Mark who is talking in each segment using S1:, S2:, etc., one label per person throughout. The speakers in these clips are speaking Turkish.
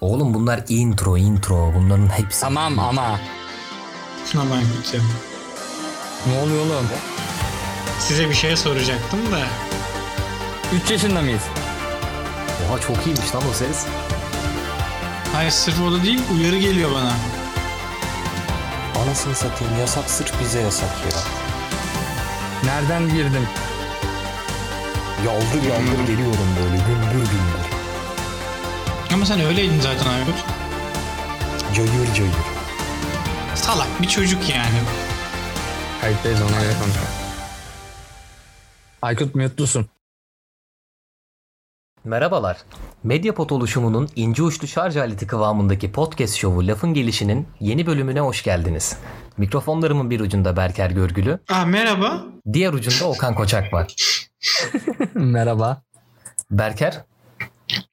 S1: Oğlum bunlar intro intro bunların hepsi.
S2: Tamam ama.
S3: Aman kötü.
S2: Ne oluyor oğlum?
S3: Size bir şey soracaktım da.
S2: 3 yaşında mıyız?
S1: Oha çok iyiymiş lan o ses.
S3: Hayır sırf o da değil uyarı geliyor bana.
S4: Anasını satayım yasak sırf bize yasak ya.
S2: Nereden girdim?
S4: Yaldır yaldır geliyorum böyle gümbür gümbür.
S3: Ama sen öyleydin zaten Aykut.
S4: Cayır cayır.
S3: Salak bir çocuk yani.
S2: Kayıttayız ona göre konuşalım. Aykut mute'lusun.
S1: Merhabalar. Medyapod oluşumunun ince uçlu şarj aleti kıvamındaki podcast şovu Lafın Gelişi'nin yeni bölümüne hoş geldiniz. Mikrofonlarımın bir ucunda Berker Görgülü,
S3: Aa merhaba.
S1: diğer ucunda Okan Koçak var.
S2: Merhaba.
S1: Berker,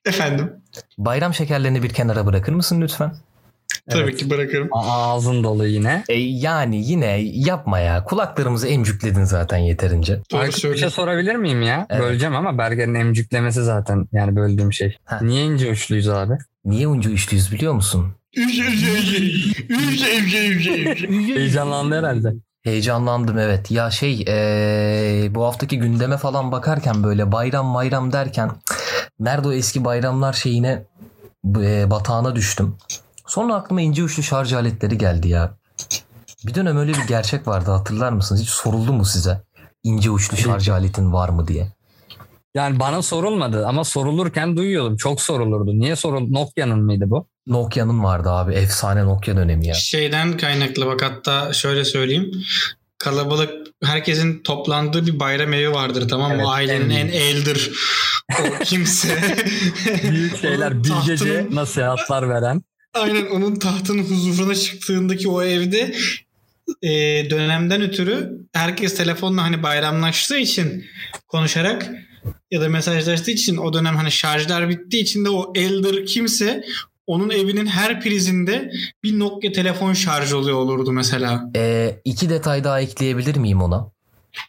S3: Efendim.
S1: bayram şekerlerini bir kenara bırakır mısın lütfen?
S3: Tabii ki bırakırım.
S2: Aa, ağzın dolu yine.
S1: E, yani yine yapma ya. Kulaklarımızı emcükledin zaten yeterince.
S3: Doğru
S2: Aykut bir şey
S3: söylüyorsun.
S2: sorabilir miyim ya?
S1: Evet.
S2: Böleceğim ama Berger'in emcüklemesi zaten yani böldüğüm şey.
S1: Ha.
S2: Niye ince üçlüyüz abi?
S1: Niye uncu üçlüyüz biliyor musun?
S3: Üf, üf, üf, üf. Üf, üf, üf, üf, üf.
S2: Heyecanlandı herhalde.
S1: Heyecanlandım evet. Ya şey eee, bu haftaki gündeme falan bakarken böyle bayram bayram derken nerede o eski bayramlar şeyine eee, batağına düştüm. Sonra aklıma ince uçlu şarj aletleri geldi ya. Bir dönem öyle bir gerçek vardı hatırlar mısınız? Hiç soruldu mu size? İnce uçlu şarj aletin var mı diye.
S2: Yani bana sorulmadı ama sorulurken duyuyordum. Çok sorulurdu. Niye sorul? Nokia'nın mıydı bu?
S1: Nokia'nın vardı abi. Efsane Nokia dönemi ya.
S3: Şeyden kaynaklı bak hatta şöyle söyleyeyim. Kalabalık herkesin toplandığı bir bayram evi vardır tamam mı?
S2: Evet,
S3: Ailenin en
S2: en
S3: eldir o kimse.
S2: Büyük
S3: Onun
S2: şeyler bilgece
S3: tahtının-
S2: nasihatlar veren.
S3: Aynen onun tahtın huzuruna çıktığındaki o evde e, dönemden ötürü herkes telefonla hani bayramlaştığı için konuşarak ya da mesajlaştığı için o dönem hani şarjlar bittiği için de o elder kimse onun evinin her prizinde bir Nokia telefon şarjı oluyor olurdu mesela.
S1: Eee iki detay daha ekleyebilir miyim ona?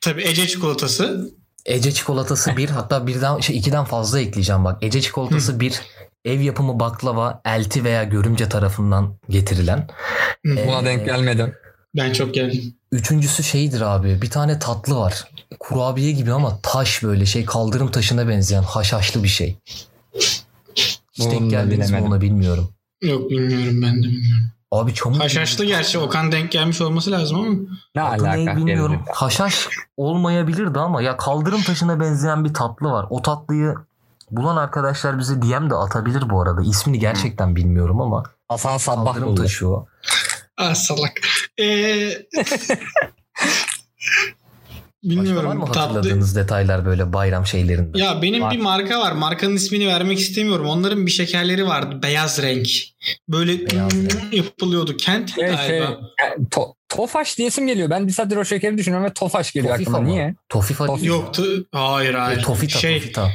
S3: Tabii Ece çikolatası.
S1: Ece çikolatası bir hatta birden şey ikiden fazla ekleyeceğim bak. Ece çikolatası bir ev yapımı baklava elti veya görümce tarafından getirilen.
S3: Hı,
S1: Ee,
S2: Buna denk gelmedim.
S3: Ben çok geldim.
S1: Üçüncüsü şeydir abi bir tane tatlı var. Kurabiye gibi ama taş böyle şey kaldırım taşına benzeyen haşhaşlı bir şey. Hiç
S2: Onu da
S1: denk geldiniz mi
S2: bilemedim.
S1: ona bilmiyorum.
S3: Yok bilmiyorum ben de bilmiyorum.
S1: Abi çamur gibi
S3: Haşhaşlı gerçi Okan denk gelmiş olması lazım ama.
S2: Ne
S1: Adı ne
S2: alaka?
S1: bilmiyorum.
S2: Gerizekalı.
S1: Haşhaş olmayabilirdi ama ya kaldırım taşına benzeyen bir tatlı var. O tatlıyı bulan arkadaşlar bize DM de atabilir bu arada. İsmini gerçekten bilmiyorum ama
S2: Hasan Sabbah
S1: kaldırım
S2: buldu.
S1: taşı o.
S3: Ah salak. Ee,
S1: Başka var
S3: bilmiyorum
S1: mı
S3: tatlı.
S1: hatırladığınız detaylar böyle bayram şeylerinde?
S3: Ya benim
S2: Var.
S3: bir marka var. Markanın ismini vermek istemiyorum. Onların bir şekerleri vardı. Beyaz renk. Böyle
S1: Beyaz renk.
S3: yapılıyordu. Kent
S2: Şey, şey,
S3: galiba.
S2: yani to- tofaş diyesim geliyor. Ben bir saattir o şekeri düşünüyorum ve Tofaş geliyor
S1: Tofifa
S2: aklıma.
S1: mı?
S2: Niye?
S1: Tofifa
S2: Tofifa.
S1: değil mi?
S3: Yoktu. Hayır hayır.
S1: E, Tofita,
S3: şey,
S1: Tofita.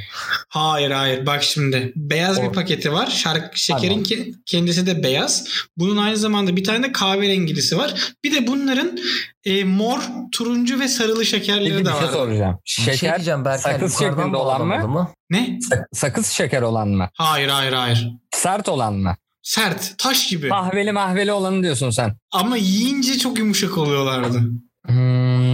S3: Hayır hayır. Bak şimdi. Beyaz
S2: O-
S3: bir paketi var. Şarkı şekerin ki- kendisi de beyaz. Bunun aynı zamanda bir tane de kahverengilisi var. Bir de bunların e, mor, turuncu ve sarılı şekerleri
S2: Peki
S3: de
S2: bir şey
S3: var.
S2: soracağım.
S1: Bir şey
S2: Şeker
S1: diyeceğim Berker.
S2: sakız
S1: yukarıdan
S2: şeklinde olan mı?
S1: bağlamalı mı?
S3: Ne?
S2: sak- sakız şeker olan mı?
S3: Hayır hayır hayır.
S2: Sert olan mı?
S3: Sert. Taş gibi.
S1: Ah.
S2: Mahveli mahveli olanı diyorsun sen.
S3: Ama yiyince çok yumuşak oluyorlardı.
S2: Hmm,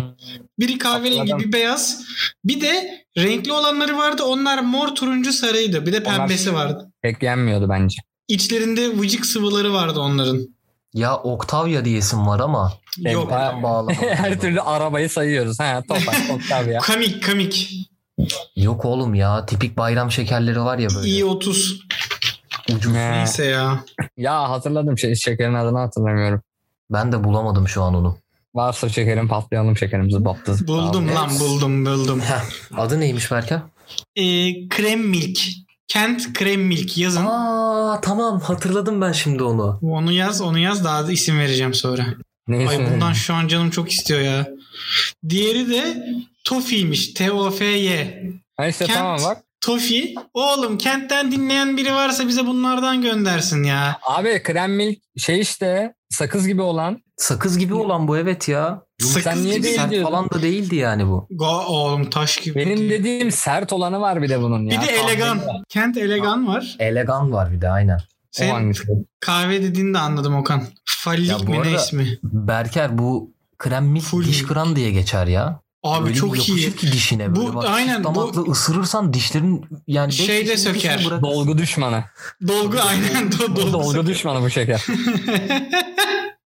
S3: Biri kahverengi,
S2: Hatırladım.
S3: bir beyaz. Bir de renkli olanları vardı. Onlar mor, turuncu, sarıydı. Bir de
S2: Onlar-
S3: pembesi vardı.
S2: pek yenmiyordu bence.
S3: İçlerinde vıcık sıvıları vardı onların.
S1: Ya Octavia diyesim var ama
S3: Yok.
S2: Empa-
S1: bağlamalı.
S2: Her türlü arabayı sayıyoruz. Ha, Tofaş, Octavia.
S3: Kamik, kamik.
S1: Yok oğlum ya tipik bayram şekerleri var ya böyle.
S3: İyi 30.
S1: Ucuz.
S2: Ne?
S3: Neyse ya.
S2: Ee, Ya hatırladım şey, şekerin adını hatırlamıyorum.
S1: Ben de bulamadım şu an onu.
S2: Varsa şekerin patlayalım şekerimizi battı.
S3: Buldum
S1: Tamam.
S3: lan buldum buldum.
S1: Adı neymiş Berker?
S3: Ee, krem milk. Kent krem milk yazın.
S1: Aa tamam hatırladım ben şimdi onu.
S3: Onu yaz onu yaz daha da isim vereceğim sonra.
S2: Neyse.
S3: Ay bundan şu an canım çok istiyor ya. Diğeri de Tofi'ymiş. T-O-F-Y.
S2: Ha işte
S3: Kent-
S2: tamam bak.
S3: Tofi. Oğlum kentten dinleyen biri varsa bize bunlardan göndersin ya.
S2: Abi krem milk şey işte sakız gibi olan.
S1: Sakız gibi olan bu evet ya.
S3: Sakız
S2: sen niye
S3: gibi.
S2: değil
S1: Sert
S2: diyordun?
S1: falan da değildi yani bu.
S3: Go oğlum taş gibi.
S2: Benim dediğim sert olanı var bir de bunun
S3: bir
S2: ya.
S3: de elegan. Kent elegan var.
S1: Elegan var bir de aynen.
S2: O
S3: Sen
S2: hangisi?
S3: kahve dediğini de anladım Okan.
S1: Ya
S3: Fallik
S1: bu
S3: mi ne
S1: arada-
S3: ismi?
S1: Berker bu krem mis
S3: Full
S1: diş
S3: mi?
S1: kıran diye geçer ya.
S3: Abi
S1: Öyle bir
S3: çok
S1: yapışır
S3: iyi.
S1: ki dişine böyle.
S3: Bu-
S1: bak,
S3: aynen,
S1: aynen,
S3: bu-
S1: damakla ısırırsan dişlerin yani beş
S3: Şey de
S1: dişin ikisini
S3: söker.
S1: bırakırsın.
S2: Dolgu düşmanı.
S3: Dolgu aynen do, dolgu.
S2: Dolgu düşmanı bu şeker.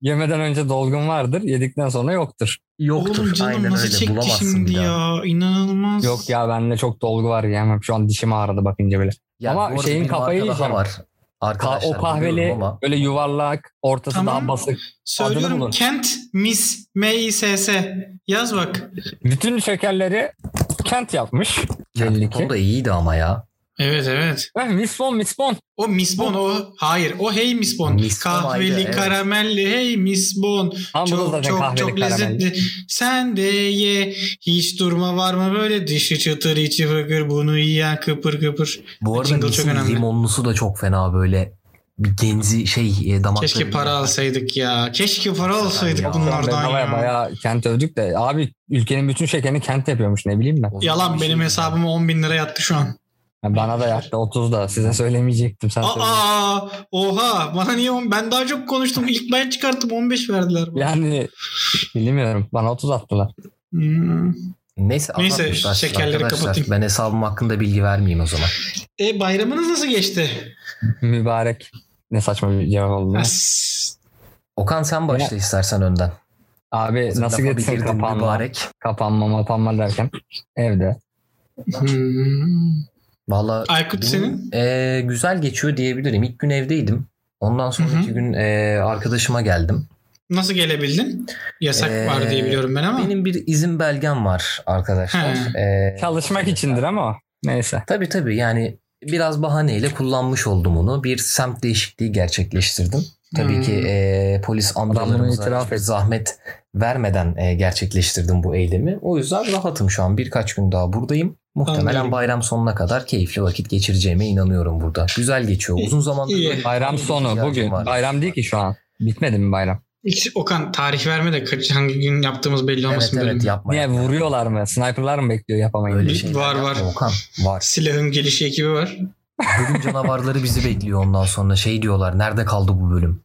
S2: Yemeden önce dolgun vardır. Yedikten sonra yoktur.
S1: Yoktur.
S3: Oğlum canım
S1: aynen
S3: nasıl
S1: öyle.
S3: çekti
S1: Bulamazsın
S3: şimdi
S1: bir daha.
S3: ya. İnanılmaz.
S2: Yok ya bende çok dolgu var yemem. Şu an dişim ağrıdı bakınca bile.
S1: Ya
S2: Ama
S1: bu arada
S2: şeyin
S1: bir marka
S2: kafayı
S1: daha
S2: yiyeceğim.
S1: var.
S2: Ka-
S1: Arkadaşlar
S2: o kahveli
S1: biliyorum ama
S2: böyle yuvarlak ortası
S3: Tamam.
S2: daha basık. Adını
S3: Söylüyorum
S2: bulun.
S3: Kent Miss M I S S. Yaz bak.
S2: Bütün şekerleri kent yapmış. Belli ki.
S1: o da iyiydi ama ya.
S3: Evet evet.
S2: Eh, mispon mispon.
S3: O Miss Bon o. Hayır o Hey Miss Bon.
S1: Miss Bon
S3: Kahveli
S1: ayrı, evet.
S3: karamelli Hey Miss Bon.
S2: Ama bu da
S3: Çok
S2: zaten
S3: çok
S2: kahveli
S3: çok
S2: karamel.
S3: lezzetli. Sen de ye. Hiç durma var mı böyle dışı çıtır içi fıkır bunu yiyen kıpır kıpır.
S1: Bu arada
S3: Jingle çok
S1: Miss'in
S3: önemli.
S1: limonlusu da çok fena böyle. Bir genzi şey e, damakları.
S3: Keşke para alsaydık ya. Keşke para
S1: Hakikaten
S3: alsaydık
S1: ya.
S3: bunlardan
S2: Bedavaya
S3: ya.
S2: Bayağı kent övdük de abi ülkenin bütün şekerini kent yapıyormuş ne bileyim ben.
S1: O zaman
S3: Yalan
S1: bir şey
S3: benim
S1: değil.
S3: hesabıma 10 bin lira yattı şu an.
S2: Yani bana da yaktı 30 da size söylemeyecektim sen söyle.
S3: Aa oha bana niye on- ben daha çok konuştum ilk ben çıkarttım 15 verdiler. bana.
S2: Yani bilmiyorum bana 30 attılar.
S3: Hmm.
S1: Neyse,
S3: Neyse,
S1: anlatmışlar siz
S3: şekerleri
S1: arkadaşlar.
S3: kapatayım.
S1: Ben hesabım hakkında bilgi vermeyeyim o zaman.
S3: E bayramınız nasıl geçti?
S2: Mübarek. Ne saçma bir cevap oldu.
S3: As-
S1: Okan sen başla istersen önden.
S2: Abi
S1: Hazır
S2: nasıl
S1: lafa bir
S2: geçsin
S1: girdin
S2: kapanma,
S1: mübarek.
S2: kapanma, mapanma derken evde.
S3: Hmm.
S1: Valla
S3: Aykut
S1: benim,
S3: senin?
S1: e, güzel geçiyor diyebilirim. İlk gün evdeydim. Ondan sonraki
S3: Hı hı.
S1: gün e, arkadaşıma geldim.
S3: Nasıl gelebildin? Yasak
S1: Ee,
S3: var diye biliyorum ben ama.
S1: Benim bir izin belgem var arkadaşlar.
S3: He.
S1: E,
S2: Çalışmak içindir ama o. Neyse.
S1: Tabii tabii yani biraz bahaneyle kullanmış oldum onu. Bir semt değişikliği gerçekleştirdim. Tabii
S3: Hmm.
S1: ki e, polis
S2: itiraf
S1: amcalarımıza hiçbir
S2: etti.
S1: zahmet vermeden e, gerçekleştirdim bu eylemi. O yüzden rahatım şu an. Birkaç gün daha buradayım. Muhtemelen
S3: Anladım.
S1: bayram sonuna kadar keyifli vakit geçireceğime inanıyorum burada. Güzel geçiyor. Uzun zamandır
S3: İyi.
S1: böyle-
S2: Bayram sonu
S1: İhtiyacım
S2: bugün.
S1: var.
S2: Bayram değil ki şu an. Bitmedi mi bayram?
S3: Hiç Okan tarih verme de kaç, hangi gün yaptığımız belli
S1: Evet
S3: olmasın.
S1: evet
S3: bölüm.
S1: yapma.
S2: Niye
S1: yapma.
S2: vuruyorlar mı? Sniperlar mı bekliyor yapamayın?
S1: Öyle şey
S3: Bir-
S1: şeyler
S3: var,
S1: yapma
S3: var.
S1: Okan var.
S3: Silahın gelişi ekibi var.
S1: Bölüm canavarları bizi bekliyor ondan sonra. Şey diyorlar nerede kaldı bu bölüm?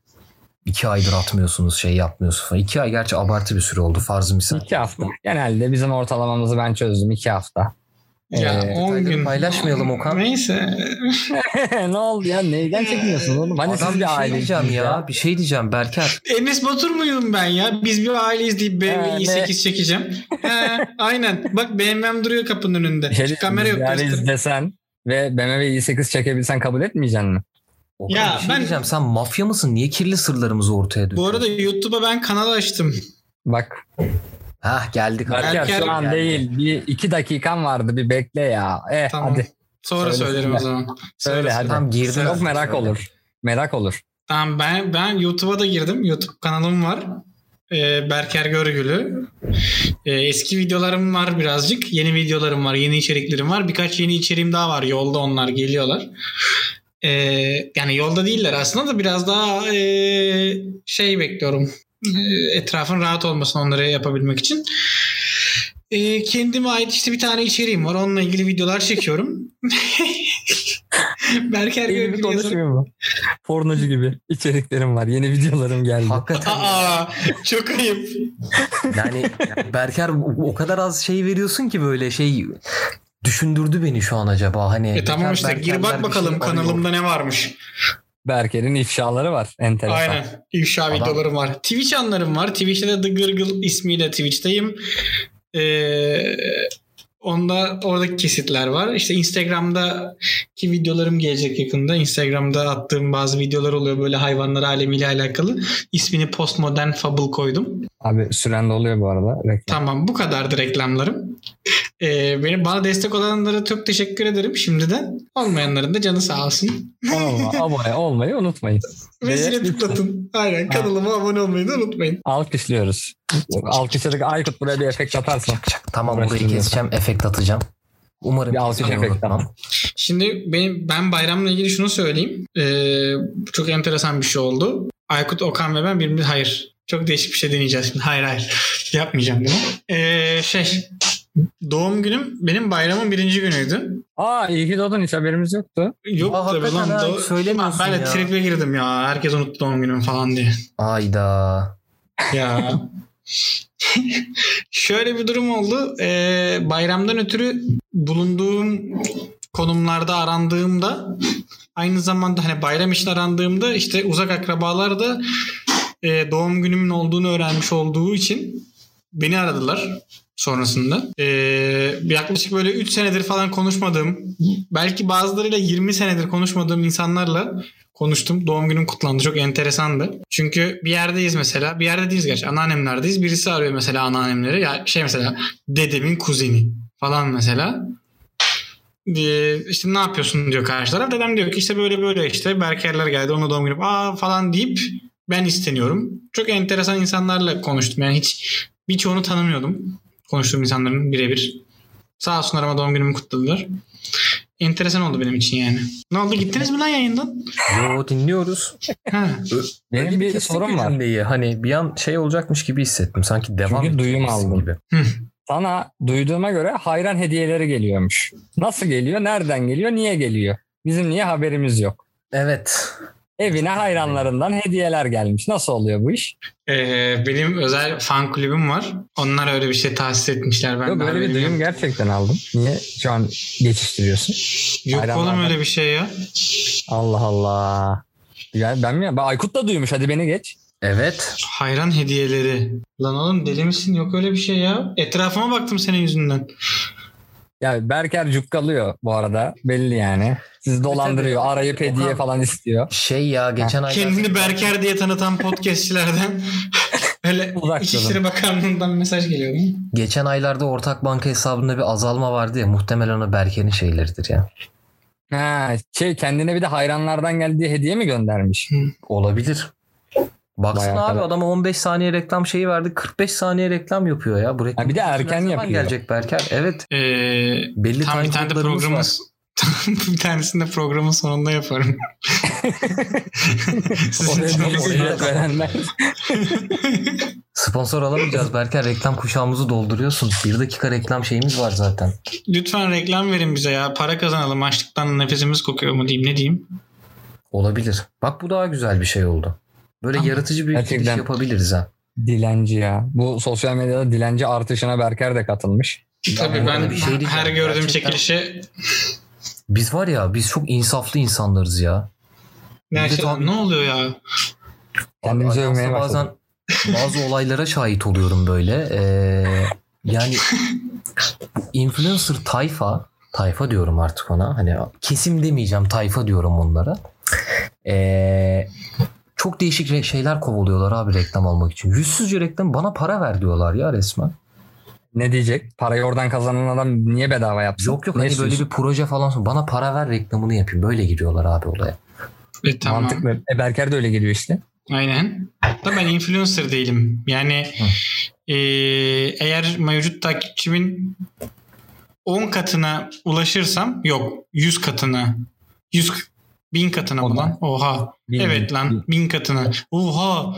S1: İki aydır atmıyorsunuz şey yapmıyorsunuz. falan. İki ay gerçi abartı bir süre oldu farzı misal.
S2: İki hafta. Genelde bizim ortalamamızı ben çözdüm. iki hafta.
S3: Ya
S2: Ee,
S3: 10
S1: detayları
S3: gün.
S1: paylaşmayalım Okan.
S3: Neyse.
S2: ne oldu ya? Neyden çekiniyorsun oğlum? Hani
S1: Adam
S2: siz
S1: bir
S2: bir
S1: şey
S2: aile
S1: diyeceğim ya. Bir şey diyeceğim Berker.
S3: Enes Batur muyum ben ya? Biz bir aileyiz deyip BMW
S2: Yani.
S3: i8 çekeceğim. He, aynen. Bak BMW'm duruyor kapının önünde. Kamera yok.
S2: Yani
S3: göster.
S2: izlesen ve BMW i8 çekebilsen kabul etmeyeceksin mi?
S1: Okan
S3: Ya
S1: bir şey
S3: ben-
S1: diyeceğim. Sen mafya mısın? Niye kirli sırlarımızı ortaya
S3: Bu
S1: döküyorsun?
S3: arada YouTube'a ben kanal açtım.
S2: Bak
S1: Hah geldik.
S2: Berker
S3: Berker
S2: şu an
S1: geldi.
S2: değil. Bir iki dakikan vardı. Bir bekle ya. Eh
S3: Tamam.
S2: hadi.
S3: Sonra
S2: Söylesinler.
S3: söylerim o zaman.
S2: Söyle hadi.
S1: Tam girdim.
S2: Çok merak
S1: Söyle.
S2: olur. Merak olur.
S3: Tamam ben ben YouTube'a da girdim. YouTube kanalım var. Ee, Berker Görgülü. Ee, eski videolarım var birazcık. Yeni videolarım var. Yeni içeriklerim var. Birkaç yeni içeriğim daha var. Yolda onlar geliyorlar. Ee, yani yolda değiller aslında da biraz daha ee, şey bekliyorum. Ee, etrafın rahat olmasını onları yapabilmek için. Ee, kendime ait işte bir tane içeriğim var. Onunla ilgili videolar çekiyorum. Berker
S2: İyi bir
S3: Görgülü yazarak
S2: konuşmuyor mu? Pornocu gibi içeriklerim var. Yeni videolarım geldi.
S1: Hakikaten
S3: Aa, çok ayıp.
S1: yani Berker o kadar az şey veriyorsun ki böyle şey düşündürdü beni şu an acaba hani.
S3: E tamam
S1: Berker-
S3: işte gir
S1: Berkerler
S3: bak
S1: bir
S3: bakalım
S1: şey arıyor.
S3: kanalımda ne varmış.
S2: Berker'in ifşaları var. Enteresan.
S3: Aynen. İfşa
S1: Adam-
S3: videolarım var. Twitch anlarım var. Twitch'te de The Gırgıl ismiyle Twitch'teyim. Ee, onda oradaki kesitler var. İşte Instagram'daki videolarım gelecek yakında. Instagram'da attığım bazı videolar oluyor böyle hayvanlar alemiyle alakalı. İsmini Postmodern Fable koydum.
S2: Abi süren doluyor bu arada. Reklam.
S3: Tamam bu kadardı reklamlarım. Ee, beni bana destek olanlara çok teşekkür ederim şimdiden. Olmayanların da canı sağ olsun.
S2: Kanalıma abone olmayı unutmayın.
S3: Ve
S2: Ve-
S3: zile tıklatın. Aynen kanalıma abone olmayı da unutmayın.
S2: Alkışlıyoruz. Alkışladık. Aykut buraya bir efekt atarsın.
S1: Tamam burayı
S2: Uğraştırmıyor.
S1: keseceğim efekt atacağım. Umarım
S2: Bir alkış
S1: kesmeyi
S2: efekti
S1: unutmam.
S3: Şimdi benim, ben bayramla ilgili şunu söyleyeyim. Ee, çok enteresan bir şey oldu. Aykut, Okan ve ben birbirimiz hayır. Çok değişik bir şey deneyeceğiz şimdi. Hayır hayır. Yapmayacağım bunu. Ee, şey doğum günüm benim bayramın birinci günüydü.
S2: Aa iyi ki doğdun hiç haberimiz yoktu.
S3: Yok
S1: Aa,
S3: tabii
S1: hakikaten
S3: lan.
S1: ha,
S3: doğ-
S1: söylemiyorsun
S3: ben de
S1: ya.
S3: tripe girdim ya. Herkes unuttu doğum günümü falan diye.
S1: Ayda.
S3: Ya. Şöyle bir durum oldu. Ee, bayramdan ötürü bulunduğum konumlarda arandığımda aynı zamanda hani bayram için arandığımda işte uzak akrabalar da e, doğum günümün olduğunu öğrenmiş olduğu için beni aradılar sonrasında. Ee, yaklaşık böyle 3 senedir falan konuşmadığım belki bazılarıyla 20 senedir konuşmadığım insanlarla konuştum. Doğum günüm kutlandı. Çok enteresandı. Çünkü bir yerdeyiz mesela. Bir yerde değiliz gerçi. Anneannemlerdeyiz. Birisi arıyor mesela anneannemleri. Ya şey mesela dedemin kuzeni falan mesela. Ee, işte ne yapıyorsun diyor karşı taraf. Dedem diyor ki işte böyle böyle işte Berkerler geldi. Onun da doğum günü. Aa falan deyip ben isteniyorum. Çok enteresan insanlarla konuştum. Yani hiç birçoğunu tanımıyordum. Konuştuğum insanların birebir. Sağ olsun arama doğum günümü kutladılar. Enteresan oldu benim için yani. Ne oldu gittiniz mi lan yayından?
S1: Yo dinliyoruz.
S3: Ha.
S2: Benim
S1: Öyle
S2: bir
S1: kestik
S2: sorum
S1: bir
S2: var.
S1: cümleyi. Hani bir an şey olacakmış gibi hissettim. Sanki devam
S2: Çünkü duyum
S1: edecekmiş
S2: aldım.
S1: gibi.
S2: Sana duyduğuma göre hayran hediyeleri geliyormuş. Nasıl geliyor? Nereden geliyor? Niye geliyor? Bizim niye haberimiz yok?
S1: Evet.
S2: Evine hayranlarından hediyeler gelmiş. Nasıl oluyor bu iş?
S3: Ee, benim özel fan kulübüm var. Onlar öyle bir şey tahsis etmişler. Ben
S2: Yok,
S3: de
S2: böyle bir
S3: haberim
S2: duyum
S3: yok.
S2: gerçekten aldım. Niye şu an geçiştiriyorsun?
S3: Yok oğlum
S2: Hayranlardan.
S3: öyle bir şey ya.
S2: Allah Allah. Yani ben mi? Ben Aykut da duymuş. Hadi beni geç.
S1: Evet.
S3: Hayran hediyeleri. Lan oğlum deli misin? Yok öyle bir şey ya. Etrafıma baktım senin yüzünden.
S2: Ya Berker cukkalıyor bu arada. Belli yani. Sizi dolandırıyor.
S1: E, tabii.
S2: Arayıp hediye
S1: Okan-
S2: falan istiyor.
S1: Şey ya geçen ay
S3: Kendini Berker diye tanıtan podcastçilerden öyle
S2: Uzak
S3: İçişleri
S2: durun.
S3: Bakanlığı'ndan mesaj geliyor. değil mi?
S1: geçen aylarda ortak banka hesabında bir azalma vardı ya muhtemelen o Berker'in şeyleridir ya.
S2: Ha, şey kendine bir de hayranlardan geldiği hediye mi göndermiş?
S1: Olabilir. Baksana
S2: Bayağı
S1: abi
S2: kadar.
S1: adama 15 saniye reklam şeyi verdi. 45 saniye reklam yapıyor ya. Bu reklam
S2: Ha, bir de erken
S1: ne zaman
S2: yapıyor.
S1: gelecek Berker? Evet.
S3: Ee,
S1: Belli
S3: tam bir
S1: time
S3: tane de
S1: kodlarımız
S3: programın
S1: var.
S3: tam bir tanesini de programın sonunda yaparım. Sizin
S2: Oraya
S3: için
S2: bir
S3: bir-
S2: hediye verenler.
S1: Sponsor alamayacağız Berker. Reklam kuşağımızı dolduruyorsun. Bir dakika reklam şeyimiz var zaten.
S3: Lütfen reklam verin bize ya. Para kazanalım. Açlıktan nefesimiz kokuyor mu diyeyim ne diyeyim.
S1: Olabilir. Bak bu daha güzel bir şey oldu. Böyle
S3: Tamam.
S1: yaratıcı bir
S2: Gerçekten.
S1: giriş yapabiliriz ha.
S2: Dilenci ya. Bu sosyal medyada dilenci artışına Berker de katılmış.
S3: Tabii
S1: Yani
S3: ben
S1: bir şey diyeceğim.
S3: her gördüğüm
S1: Gerçekten-
S3: çekilişe
S1: Biz var ya biz çok insaflı insanlarız ya.
S3: Ya
S1: Bir de
S3: şey,
S1: tabii-
S3: ne oluyor ya?
S2: Kendimizi
S1: Ajansta
S2: övmeye başladık.
S1: bazen bazı olaylara şahit oluyorum böyle. Ee, yani bu influencer tayfa tayfa diyorum artık ona. Hani kesim demeyeceğim tayfa diyorum onlara. Ee, çok değişik re- şeyler kovalıyorlar abi reklam almak için. Yüzsüzce reklam bana para ver diyorlar ya resmen.
S2: Ne diyecek? Parayı oradan kazanan adam niye bedava yapsın?
S1: Yok yok
S2: Ne
S1: hani böyle
S2: istiyorsun?
S1: bir proje falan bana para ver reklamını yapayım. Böyle giriyorlar abi olaya.
S3: E, tamam.
S2: Mantıklı. E, Berker de öyle geliyor işte.
S3: Aynen. Da ben influencer değilim. Yani e, eğer mevcut takipçimin 10 katına ulaşırsam yok 100 katına 100 bin katına
S2: O da-
S3: mı lan? Oha.
S2: Bin-
S3: evet lan bin katına. Oha.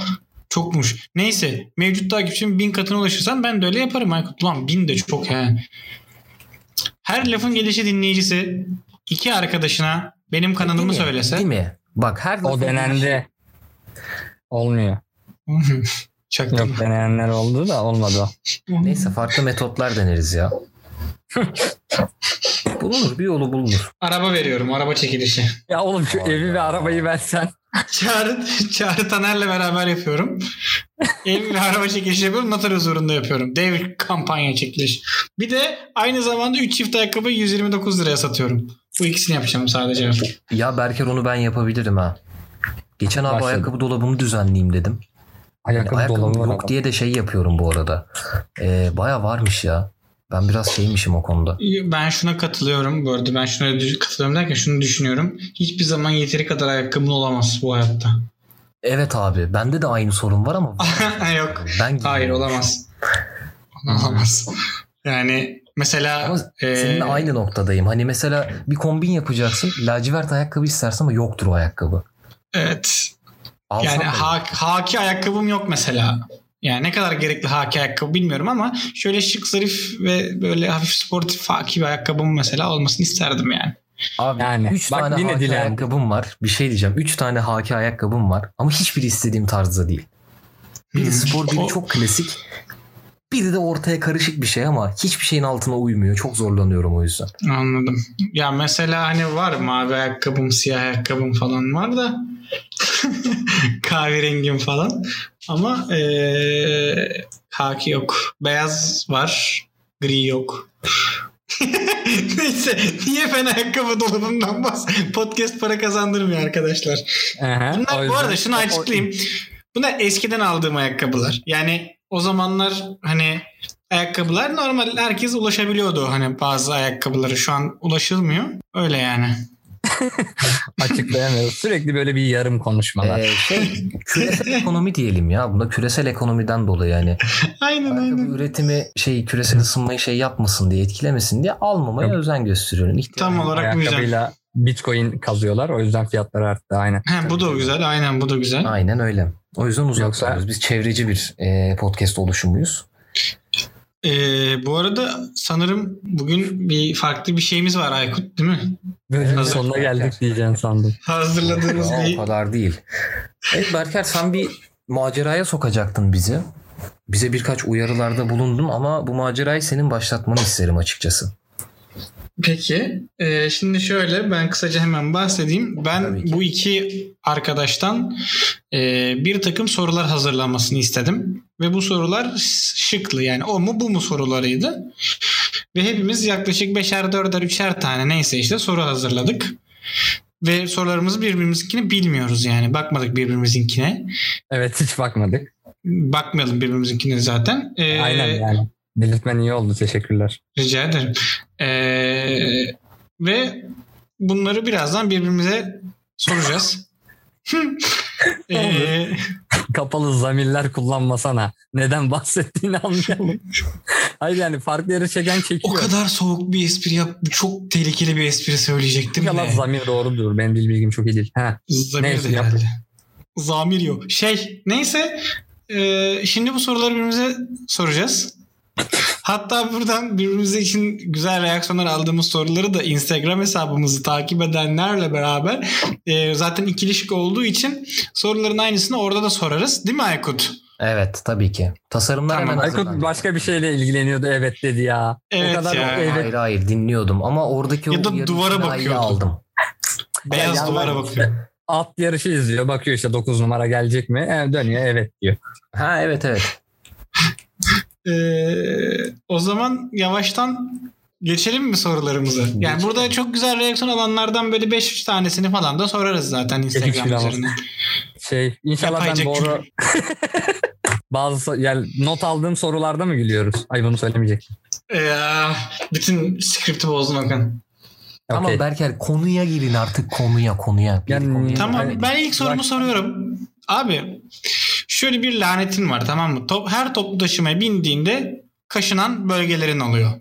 S3: Çokmuş. Neyse mevcut takipçimin bin katına ulaşırsam ben de öyle yaparım Aykut. Lan bin de çok he. Her lafın gelişi dinleyicisi iki arkadaşına benim kanalımı
S1: Değil mi? Değil
S3: söylese.
S1: mi? Bak her
S2: O
S1: lafın-
S2: denendi. Olmuyor.
S3: Çaktım.
S2: Yok deneyenler oldu da olmadı.
S1: Neyse farklı metotlar deneriz ya. bulunur bir yolu bulunur.
S3: Araba veriyorum. Araba çekilişi.
S2: Ya oğlum şu
S1: Vay
S2: evi
S1: be.
S2: ve arabayı versen.
S3: Çağrı, Çağrı Taner'le beraber yapıyorum. Ev ve araba çekilişi yapıyorum. Noter huzurunda yapıyorum. Dev kampanya çekiliş. Bir de aynı zamanda 3 çift ayakkabı 129 liraya satıyorum. Bu ikisini yapacağım sadece artık.
S1: Ya Berker onu ben yapabilirim ha. Geçen abi
S2: Başladı.
S1: ayakkabı dolabımı düzenleyeyim dedim.
S2: Ayakkabı,
S1: ayakkabı
S2: dolabı var.
S1: yok
S2: adam.
S1: diye de şey yapıyorum bu arada. Ee, Baya varmış ya. Ben biraz şeymişim o konuda.
S3: Ben şuna katılıyorum bu arada. Ben şuna düş- katılıyorum derken şunu düşünüyorum. Hiçbir zaman yeteri kadar ayakkabın olamaz bu hayatta.
S1: Evet abi bende de aynı sorun var ama.
S3: Yok.
S1: Ben
S3: Hayır
S1: giymiyorum.
S3: olamaz. Olamaz. Yani mesela...
S1: Ama
S3: e,
S1: Seninle aynı noktadayım. Hani mesela bir kombin yapacaksın. Lacivert ayakkabı istersin ama yoktur o ayakkabı.
S3: Evet.
S1: Alsam
S3: Yani
S1: da yok.
S3: ha- haki ayakkabım yok mesela. Yani ne kadar gerekli haki ayakkabı bilmiyorum ama şöyle şık zarif ve böyle hafif sportif haki bir ayakkabım mesela olmasını isterdim yani.
S1: Abi
S2: Yani,
S1: 3
S2: bak
S1: tane
S2: yine
S1: haki
S2: dilendim.
S1: ayakkabım var. Bir şey diyeceğim. 3 tane haki ayakkabım var. Ama hiçbiri istediğim tarzda değil. Biri
S3: Hmm.
S1: spor, biri
S3: O-
S1: çok klasik. Biri de ortaya karışık bir şey ama hiçbir şeyin altına uymuyor. Çok zorlanıyorum o yüzden.
S3: Anladım. Ya mesela hani var mavi ayakkabım, siyah ayakkabım falan var da kahverengim falan ama eee haki yok. Beyaz var, gri yok. Neyse niye ben ayakkabı dolabından bas podcast para kazandırmıyor arkadaşlar.
S2: Aha, o
S3: Bunlar bu
S2: yüzden-
S3: arada şunu
S2: o- o-
S3: açıklayayım. Bunlar eskiden aldığım ayakkabılar. Yani o zamanlar hani ayakkabılar normal herkes ulaşabiliyordu hani bazı ayakkabıları şu an ulaşılmıyor. Öyle yani.
S2: Açıklayamıyoruz. Sürekli böyle bir yarım konuşmalar.
S1: Ee, şey, küresel ekonomi diyelim ya. Buna küresel ekonomiden dolayı yani.
S3: Aynen
S1: Ayakkabı
S3: aynen.
S1: üretimi şey küresel ısınmayı şey yapmasın diye etkilemesin diye almamaya
S2: Yok.
S1: özen gösteriyorum. İhtiyacım
S3: Tam olarak bu yüzden.
S2: Ayakkabıyla bitcoin kazıyorlar. O yüzden fiyatlar arttı. Aynen.
S3: He, bu da güzel. Aynen bu da güzel.
S1: Aynen öyle. O yüzden uzak
S2: Yoksa-
S1: duruyoruz. Biz çevreci bir e, podcast oluşumuyuz.
S3: Ee, bu arada sanırım bugün bir farklı bir şeyimiz var Aykut değil mi?
S2: Bölümün
S3: Hazır.
S2: sonuna geldik diyeceğim sandım.
S3: Hazırladığımız
S1: Ya,
S3: bir...
S1: o kadar değil. Evet Berker sen bir maceraya sokacaktın bizi. Bize birkaç uyarılarda bulundun ama bu macerayı senin başlatmanı isterim açıkçası.
S3: Peki. Ee, şimdi şöyle ben kısaca hemen bahsedeyim.
S1: Tabii
S3: Ben
S1: ki.
S3: bu iki arkadaştan e, bir takım sorular hazırlamasını istedim. Ve bu sorular ş- şıklı yani o mu bu mu sorularıydı. Ve hepimiz yaklaşık beşer dörder üçer tane neyse işte soru hazırladık. Ve sorularımızı birbirimizinkini bilmiyoruz yani bakmadık birbirimizinkine.
S2: Evet hiç bakmadık.
S3: Bakmayalım birbirimizinkine zaten. Ee,
S2: Aynen yani. Belirtmen iyi oldu. Teşekkürler.
S3: Rica ederim. Ee, ve bunları birazdan birbirimize soracağız. ee,
S2: Kapalı zamirler kullanmasana. Neden bahsettiğini anlayalım. Hayır yani farklı yere çeken
S3: o
S2: çekiyor.
S3: kadar soğuk bir espri yap, çok tehlikeli bir espri söyleyecektim Ee,
S2: İnşallah
S3: de.
S2: zamir doğrudur. Benim dil bilgim çok iyi değil. Ha.
S3: Zamir
S2: Neyse,
S3: de
S2: yap.
S3: geldi. Zamir yok. Şey, neyse. ee, şimdi bu soruları birbirimize soracağız. Hatta buradan birbirimize için güzel reaksiyonlar aldığımız soruları da Instagram hesabımızı takip edenlerle beraber e, zaten ikili şık olduğu için soruların aynısını orada da sorarız. Değil mi Aykut?
S1: Evet tabii ki. Tasarımlar
S3: Tamam,
S1: hemen
S2: Aykut
S1: hazırlandı.
S2: başka
S3: şey-
S2: bir şeyle ilgileniyordu. Evet dedi ya.
S3: Evet
S2: o kadar
S3: ya.
S2: evet
S1: Hayır hayır dinliyordum ama oradaki
S3: Ya da
S1: uyarı
S3: duvara
S1: sinyalini
S3: bakıyordun.
S1: aldım.
S3: Beyaz
S2: yandan
S3: duvara bakıyor.
S2: at yarışı izliyor. Bakıyor işte 9 numara gelecek mi? E, dönüyor evet diyor.
S1: Ha evet evet.
S3: Ee, E, o zaman yavaştan geçelim mi sorularımızı? Yani
S1: Geçelim.
S3: burada çok güzel reaksiyon alanlardan böyle 5-3 tanesini falan da sorarız zaten
S2: Geçmiş
S3: Instagram
S2: bile
S3: üzerinden.
S2: Şey inşallah ben
S3: Yapaycak
S2: doğru bazı so- yani not aldığım sorularda mı gülüyoruz? Ay bunu söylemeyecek.
S3: Ee, bütün skripti bozdun Hakan.
S1: Tamam
S2: Okey.
S1: Berker konuya girin artık konuya konuya. Bir
S2: Yani-
S1: konuya.
S3: Tamam
S2: Evet.
S3: ben ilk sorumu soruyorum. Abi şöyle bir lanetin var tamam mı? Top, her toplu taşımaya bindiğinde kaşınan bölgelerin oluyor.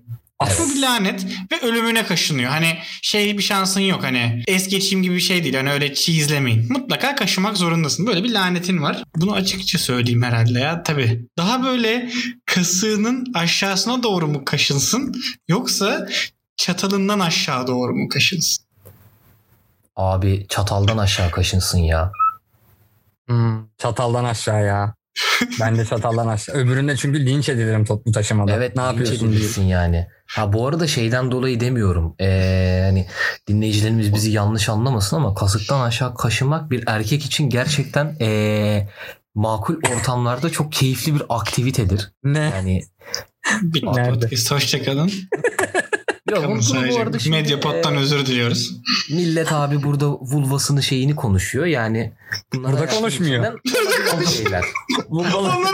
S3: Bu bir lanet ve ölümüne kaşınıyor. Hani şey bir şansın yok hani es geçeyim gibi bir şey değil. Hani öyle çizlemeyin. Mutlaka kaşımak zorundasın. Böyle bir lanetin var. Bunu açıkça söyleyeyim herhalde ya tabii. Daha böyle kasığının aşağısına doğru mu kaşınsın yoksa çatalından aşağı doğru mu kaşınsın?
S1: Abi çataldan aşağı kaşınsın ya.
S2: Hmm, çataldan aşağı ya. Ben de çataldan aşağı. Öbüründe çünkü linç edilirim toplu taşımada.
S1: Evet
S2: ne yapıyorsun diye.
S1: diyorsun yani. Ha bu arada şeyden dolayı demiyorum. Ee, hani dinleyicilerimiz bizi yanlış anlamasın ama kasıktan aşağı kaşımak bir erkek için gerçekten ee, makul ortamlarda çok keyifli bir aktivitedir.
S2: Ne?
S1: Yani
S3: Bitti
S2: Nerede?
S3: podcast. Hoşçakalın. Kalın sadece.
S2: e,
S3: Medyapod'dan özür diliyoruz.
S1: Millet abi burada vulvasını şeyini konuşuyor yani. bunlar
S2: Burada
S1: hayatın
S2: konuşmuyor.
S1: içinden olan şeyler.
S2: Vulvalı.
S3: Onlar
S1: Genel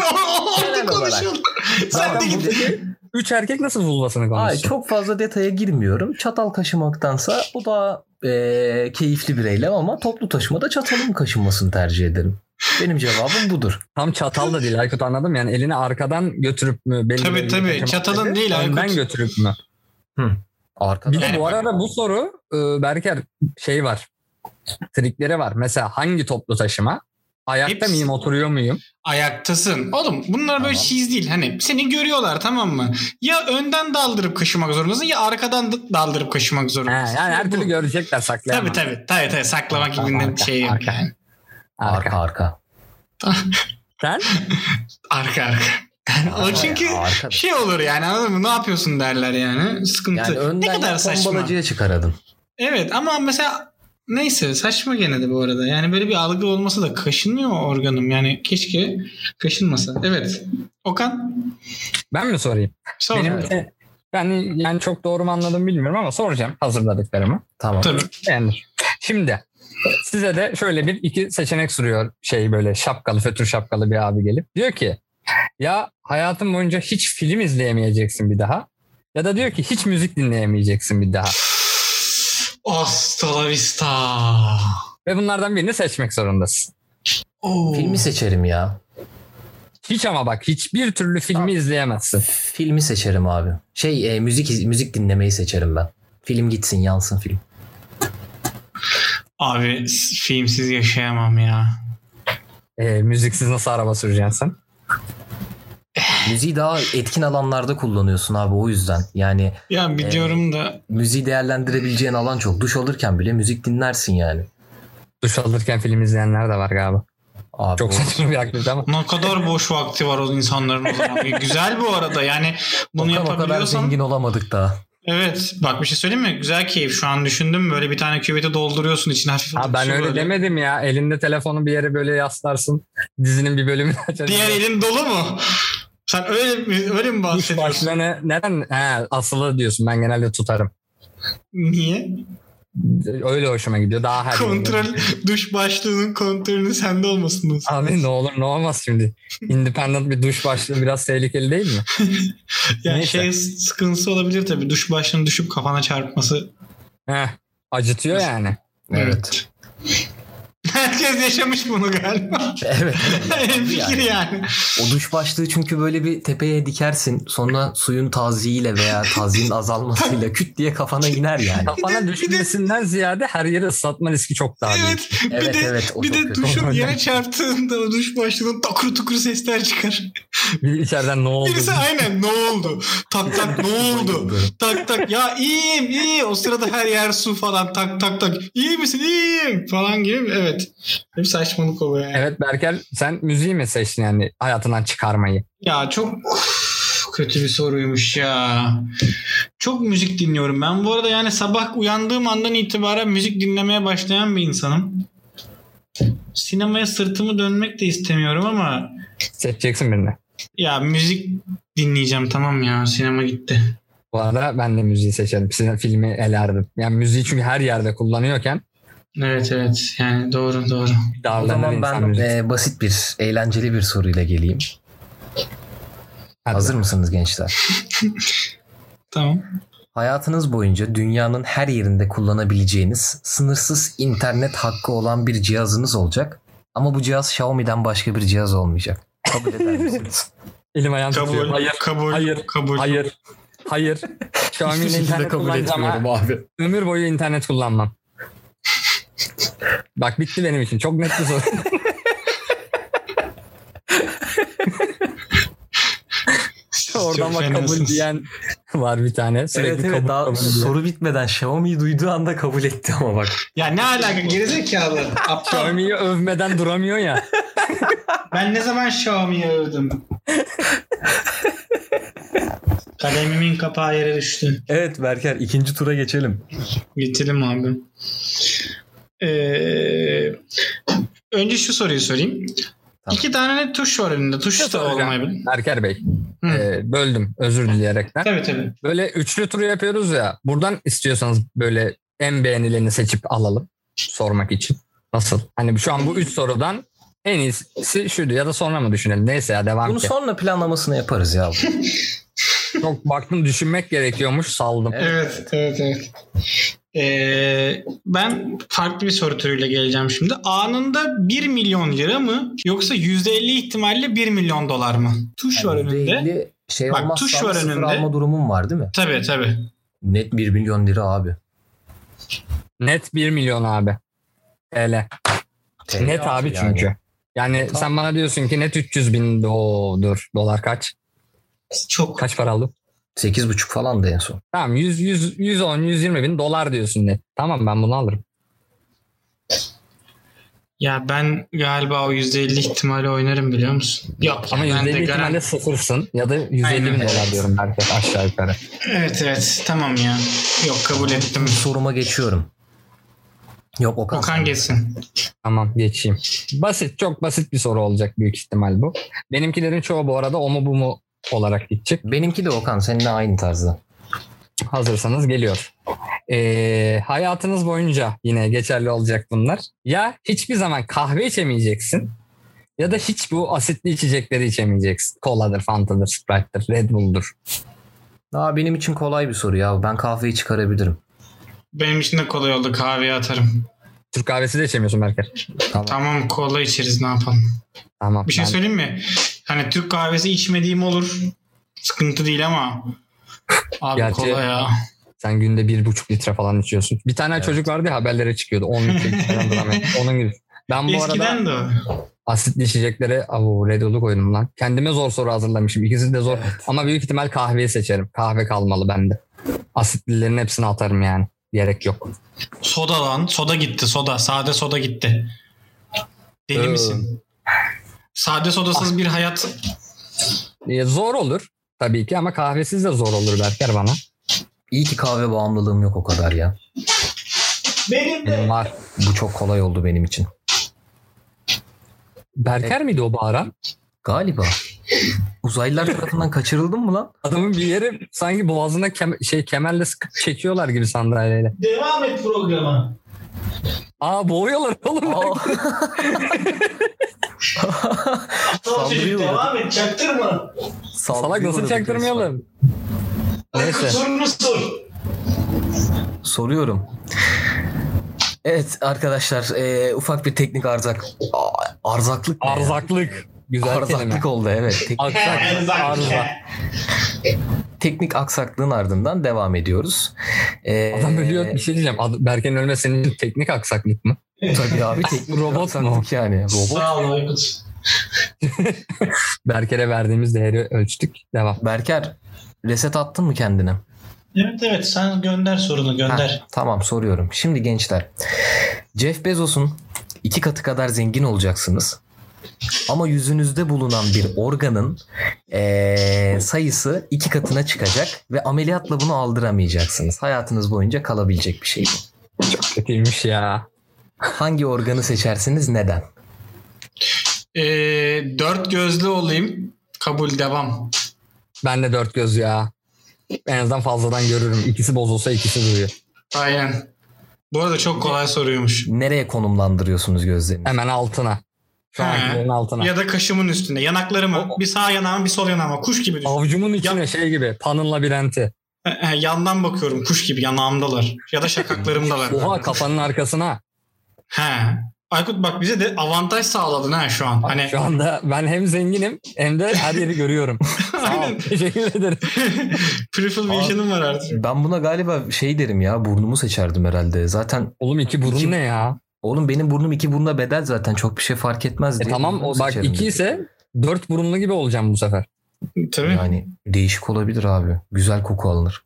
S3: orada
S1: olarak.
S3: konuşuyorlar. Sen de
S2: Zaten
S3: git.
S2: buradaki üç erkek nasıl vulvasını
S1: Ay,
S2: konuşsun?
S1: çok fazla detaya girmiyorum. Çatal kaşımaktansa bu daha eee, keyifli bir eylem ama toplu taşımada çatalın kaşınmasını tercih ederim. Benim cevabım budur.
S2: Tam çatal da değil Aykut anladım yani elini arkadan götürüp mü? Belli
S3: Tabii,
S2: belli
S3: tabii.
S2: taşımak
S3: Çatalın
S2: dedi,
S3: değil Aykut.
S2: Önden götürüp mü?
S1: Arkada
S2: Bir de
S3: Yani
S2: bu
S3: bak-
S2: arada bu soru e, Berker şey var. Trikleri var. Mesela hangi toplu taşıma Ayakta
S3: Hepsi-
S2: mıyım oturuyor muyum?
S3: Ayaktasın. Oğlum bunlar böyle
S2: Tamam.
S3: çiz değil. Hani seni görüyorlar tamam mı? Ya önden daldırıp kaşımak zorundasın ya arkadan da- daldırıp kaşımak
S2: He,
S3: zorundasın.
S2: yani her
S3: Bu.
S2: türlü görecekler saklayamam.
S3: Tabii tabii. Tabii tabii. Saklamak
S2: Arka,
S3: gibi bir
S2: arka,
S3: şey yok
S2: arka.
S3: yani.
S2: Arka.
S1: Arka arka.
S2: Sen?
S3: Arka arka. o çünkü
S1: arka.
S3: şey olur yani anladın mı? Ne yapıyorsun derler yani. Sıkıntı.
S1: Yani
S3: ne
S1: önden
S3: kadar
S1: ya
S3: saçma.
S1: tombalacıya çıkaradın.
S3: Evet ama mesela neyse saçma gene de bu arada. Yani böyle bir algı olması da kaşınmıyor organım. Yani keşke kaşınmasa. Evet. Okan
S2: Ben mi sorayım?
S3: sor.
S2: Benim
S1: Evet.
S2: e, ben yani çok doğru mu anladım bilmiyorum ama soracağım hazırladıklarımı.
S1: Tamam.
S3: Tabii.
S2: Yani şimdi size de şöyle bir iki seçenek sunuyor şey böyle şapkalı fötür şapkalı bir abi gelip diyor ki ya hayatın boyunca hiç film izleyemeyeceksin bir daha ya da diyor ki hiç müzik dinleyemeyeceksin bir daha
S3: Hasta la vista.
S2: ve bunlardan birini seçmek zorundasın.
S3: Oo.
S1: Filmi seçerim ya.
S2: Hiç ama bak hiçbir türlü filmi
S1: Tamam.
S2: izleyemezsin.
S1: Filmi seçerim abi. Şey e, müzik müzik dinlemeyi seçerim ben. Film gitsin yansın film.
S3: Abi s- filmsiz yaşayamam ya.
S2: E, müziksiz nasıl araba süreceksin sen?
S1: Müziği daha etkin alanlarda kullanıyorsun abi o yüzden. Yani
S3: Ya biliyorum da
S1: müziği değerlendirebileceğin alan çok. Duş alırken bile müzik dinlersin yani.
S2: Duş alırken film izleyenler de var galiba.
S1: Abi
S2: Çok
S1: o-
S2: saçma bir aktivite ama.
S3: ne kadar boş vakti var o insanların o zaman. Güzel bu arada yani bunu
S1: Okan o kadar
S3: yapabiliyorsan.
S1: zengin olamadık daha.
S3: Evet bak bir şey söyleyeyim mi? Güzel keyif şu an düşündüm böyle bir tane küveti dolduruyorsun için hafif.
S2: Ha, ben
S3: su
S2: öyle
S3: böyle.
S2: demedim ya. Elinde telefonu bir yere böyle yaslarsın. Dizinin bir bölümünü açarsın.
S3: Diğer elin dolu mu? Sen öyle mi, öyle mi
S2: Üç
S3: bahsediyorsun?
S2: başına ne, neden he, asılı diyorsun ben genelde tutarım.
S3: Niye?
S2: Öyle hoşuma gidiyor daha her
S3: Kontrol duş başlığının kontrolünün sende olmasını.
S2: Abi ne olur ne olmaz şimdi. Independent bir duş başlığı biraz tehlikeli değil mi?
S3: Yani
S2: Neyse.
S3: şey sıkıntısı olabilir tabii. Duş başlığının düşüp kafana çarpması.
S2: Heh, acıtıyor yani.
S1: Evet.
S3: Herkes yaşamış bunu galiba.
S1: Evet.
S3: En fikir yani.
S1: O duş başlığı çünkü böyle bir tepeye dikersin. Sonra suyun taziğiyle veya taziğin azalmasıyla küt diye kafana iner yani.
S2: Kafana
S3: bir de-
S2: düşmesinden ziyade her yeri ıslatma riski çok daha büyük.
S3: Evet. Bir
S1: Evet
S3: de
S1: evet. O
S3: bir
S1: çok
S3: de
S1: kötü.
S3: duşun yere çarptığında o duş başlığının takır tukur sesler çıkar.
S2: Bir içeriden ne oldu?
S3: Birisi aynen ne oldu? Tak tak ne oldu? tak tak ya iyiyim iyi. O sırada her yer su falan tak tak tak. İyi misin iyiyim falan gibi. Evet. Hep saçmalık oluyor yani.
S2: Evet Berker sen müziği mi seçtin yani hayatından çıkarmayı?
S3: Ya çok kötü bir soruymuş ya. Çok müzik dinliyorum. Ben bu arada yani sabah uyandığım andan itibaren müzik dinlemeye başlayan bir insanım. Sinemaya sırtımı dönmek de istemiyorum ama
S2: Seçeceksin birini.
S3: ya müzik dinleyeceğim tamam ya sinema gitti.
S2: Bu arada ben de müziği seçerim. Sizin filmi elerdim. Yani müziği çünkü her yerde kullanıyorken
S3: Evet evet yani doğru doğru.
S1: O
S2: darlanan
S1: zaman
S2: insan
S1: ben
S2: müziği.
S1: e, basit bir, eğlenceli bir soruyla geleyim.
S2: Hadi.
S1: Hazır mısınız gençler?
S3: Tamam.
S1: Hayatınız boyunca dünyanın her yerinde kullanabileceğiniz sınırsız internet hakkı olan bir cihazınız olacak. Ama bu cihaz Xiaomi'den başka bir cihaz olmayacak. Kabul eder misiniz?
S2: Elim ayağım
S3: Kabul.
S2: tutuyor. Hayır.
S3: kabul.
S2: hayır,
S3: Kabul.
S2: Hayır. Hayır. Xiaomi'nin internet kullanacağım ha.
S1: abi.
S2: Ömür boyu internet kullanmam. Bak bitti benim için. Çok net bir soru.
S3: Siz
S2: Oradan
S3: çok
S2: bak kabul
S3: fenasınız.
S2: diyen var bir tane. Sürekli
S1: Evet evet
S2: kabul,
S1: daha
S2: kabul diyor.
S1: soru bitmeden Xiaomi'yi duyduğu anda kabul etti ama bak.
S3: Ya ne alaka gerizekalı. Aptal.
S2: Xiaomi'yi övmeden duramıyor ya.
S3: Ben ne zaman Xiaomi'yi övdüm? Kalemimin kapağı yere düştü.
S1: Evet Berker ikinci tura geçelim.
S3: Geçelim abi. Ee, önce şu soruyu sorayım.
S1: Tamam.
S3: İki tane tuş var önünde. Tuş da
S2: soracağım?
S3: olmayabilir.
S2: Erker Bey.
S3: Hı.
S2: e, böldüm. Özür dileyerekten.
S3: Tabii tabii.
S2: Böyle üçlü turu yapıyoruz ya. Buradan istiyorsanız böyle en beğenilerini seçip alalım. Sormak için. Nasıl? Hani şu an bu üç sorudan en iyisi şuydu ya da sonra mı düşünelim? Neyse ya devam
S1: Bunu
S2: ki.
S1: sonra planlamasını yaparız ya.
S2: Çok baktım düşünmek gerekiyormuş saldım.
S1: Evet.
S3: Evet evet evet. Ee, ben farklı bir soru türüyle geleceğim şimdi. Anında 1 milyon lira mı yoksa %50 ihtimalle 1 milyon dolar mı? Tuş var önünde.
S1: %50 şey
S3: Bak,
S1: olmazsa
S3: tuş var
S1: sıfır
S3: önünde.
S1: alma durumun var değil mi?
S3: Tabii tabii.
S1: Net 1 milyon lira abi.
S2: Net 1 milyon abi. TL.
S1: TL
S2: Net abi
S1: Şey yani.
S2: çünkü. Yani
S1: Tamam.
S2: sen bana diyorsun ki net 300 bin do- dur dolar kaç?
S3: Çok.
S2: Kaç para aldın?
S1: 8,5 falan da en son.
S2: Tamam 100, 100, 110, 120 bin dolar diyorsun net. Tamam ben bunu alırım.
S3: Ya ben galiba o %50 ihtimalle oynarım biliyor musun? Yok
S2: Ama
S3: ya, ben
S2: %50
S3: de
S2: ihtimalle
S3: garanti-
S2: sıfırsın ya da 150
S3: Aynen.
S2: bin dolar diyorum herkes aşağı yukarı.
S3: Evet evet tamam ya. Yok kabul ettim.
S1: Bir soruma geçiyorum. Yok Okan.
S3: Okan geçsin.
S2: Tamam geçeyim. Basit çok basit bir soru olacak büyük ihtimal bu. Benimkilerin çoğu bu arada o mu bu mu olarak gidecek.
S1: Benimki de Okan seninle aynı tarzda.
S2: Hazırsanız geliyor. Ee, hayatınız boyunca yine geçerli olacak bunlar. Ya hiçbir zaman kahve içemeyeceksin ya da hiç bu asitli içecekleri içemeyeceksin. Kola'dır, Fanta'dır, Sprite'dır, Red Bull'dur.
S1: Aa, benim için kolay bir soru ya. Ben kahveyi çıkarabilirim.
S3: Benim için de kolay oldu kahveye atarım.
S2: Türk kahvesi de içemiyorsun Berker.
S3: Tamam kola içeriz ne yapalım.
S2: Tamam.
S3: Bir şey
S2: ben-
S3: söyleyeyim mi? Hani Türk kahvesi içmediğim olur. Sıkıntı değil ama. Abi
S2: Gerçi-
S3: kola ya.
S2: Sen günde bir buçuk litre falan içiyorsun. Bir tane çocuk vardı ya haberlere çıkıyordu. 10 litre falan duramıyor. Onun gibi. Ben bu arada
S3: Eskiden de o.
S2: asitli içeceklere avu Red Bull'u koydum lan. Kendime zor soru hazırlamışım. İkisi de zor. Ama büyük ihtimal kahveyi seçerim. Kahve kalmalı bende. Asitlilerin hepsini atarım yani. Gerek yok.
S3: Soda lan. Soda gitti. Soda. Sade soda gitti. Deli
S2: Ee.
S3: misin? Sade sodasız bir hayat.
S2: Ee, zor olur tabii ki ama kahvesiz de zor olur Berker bana.
S1: İyi ki kahve bağımlılığım yok o kadar ya.
S3: Benim
S2: Benim var.
S1: Bu çok kolay oldu benim için.
S2: Berker miydi o bağıran?
S1: Galiba. Uzaylılar tarafından kaçırıldım mı lan?
S2: Adamın bir yeri sanki boğazına kem- şey kemerle sıkıp çekiyorlar gibi sandalyeyle.
S3: Devam et programa.
S2: Aa boğuyorlar oğlum.
S1: Aa, Saldırıyor. devam
S3: et. Çaktırma.
S2: Salak nasıl çaktırmayalım? Neyse.
S3: Sorunu sor.
S1: Soruyorum. Evet arkadaşlar e, ufak bir teknik arzak. Aa, Arzaklık ne ya?
S2: Arzaklık. Güzel kelime.
S1: Arzaklık oldu evet. Tek-
S2: Aksak. Arza.
S1: teknik aksaklığın ardından devam ediyoruz. Ee,
S2: Adam ölüyor. Bir şey diyeceğim. Ad- Berke'nin ölmesi senin için teknik aksaklık mı?
S1: Tabii abi teknik
S2: Robot mu?
S1: aksaklık yani. Robot.
S3: Sağ ol Aykut.
S2: Berker'e verdiğimiz değeri ölçtük. Devam.
S1: Berker reset attın mı kendine?
S3: Evet evet sen gönder sorunu gönder.
S1: Heh, tamam soruyorum. Şimdi gençler. Jeff Bezos'un iki katı kadar zengin olacaksınız. Ama yüzünüzde bulunan bir organın ee, sayısı iki katına çıkacak ve ameliyatla bunu aldıramayacaksınız. Hayatınız boyunca kalabilecek bir şey bu.
S2: Çok kötüymüş ya.
S1: Hangi organı seçersiniz neden?
S3: Ee, dört gözlü olayım. Kabul devam.
S2: Ben de dört göz ya. En azından fazladan görürüm. İkisi bozulsa ikisi duruyor.
S3: Aynen. Bu arada çok kolay soruyormuş.
S1: Nereye konumlandırıyorsunuz gözlerinizi?
S2: Hemen altına. Şu
S3: He.
S2: ankilerin altına.
S3: Ya da kaşımın üstünde. Yanaklarımı. Bir sağ yanağım bir sol yanağıma. Kuş gibi düşün.
S2: Avcumun içine
S3: Ya-
S2: şey gibi. Pan'ın labirenti.
S3: He, he, yandan bakıyorum kuş gibi yanağımdalar. Ya da şakaklarımdalar.
S2: Oha kafanın arkasına.
S3: He. Aykut bak bize de avantaj sağladın ha şu an. Hani
S2: Şu anda ben hem zenginim hem de her yeri görüyorum. Sağ ol.
S3: Aynen.
S2: Teşekkür ederim.
S3: Peripheral
S1: Abi-
S3: vision'ım var artık.
S1: Ben buna galiba şey derim ya burnumu seçerdim herhalde. Zaten
S2: Oğlum iki burun ne ya?
S1: oğlum benim burnum iki buruna bedel zaten çok bir şey fark etmez
S2: E
S1: diye.
S2: tamam
S1: burnumu
S2: o bak
S1: seçerim
S2: iki
S1: dedim.
S2: ise dört burunlu gibi olacağım bu sefer.
S3: Tabii.
S1: Yani değişik olabilir abi. Güzel koku alınır.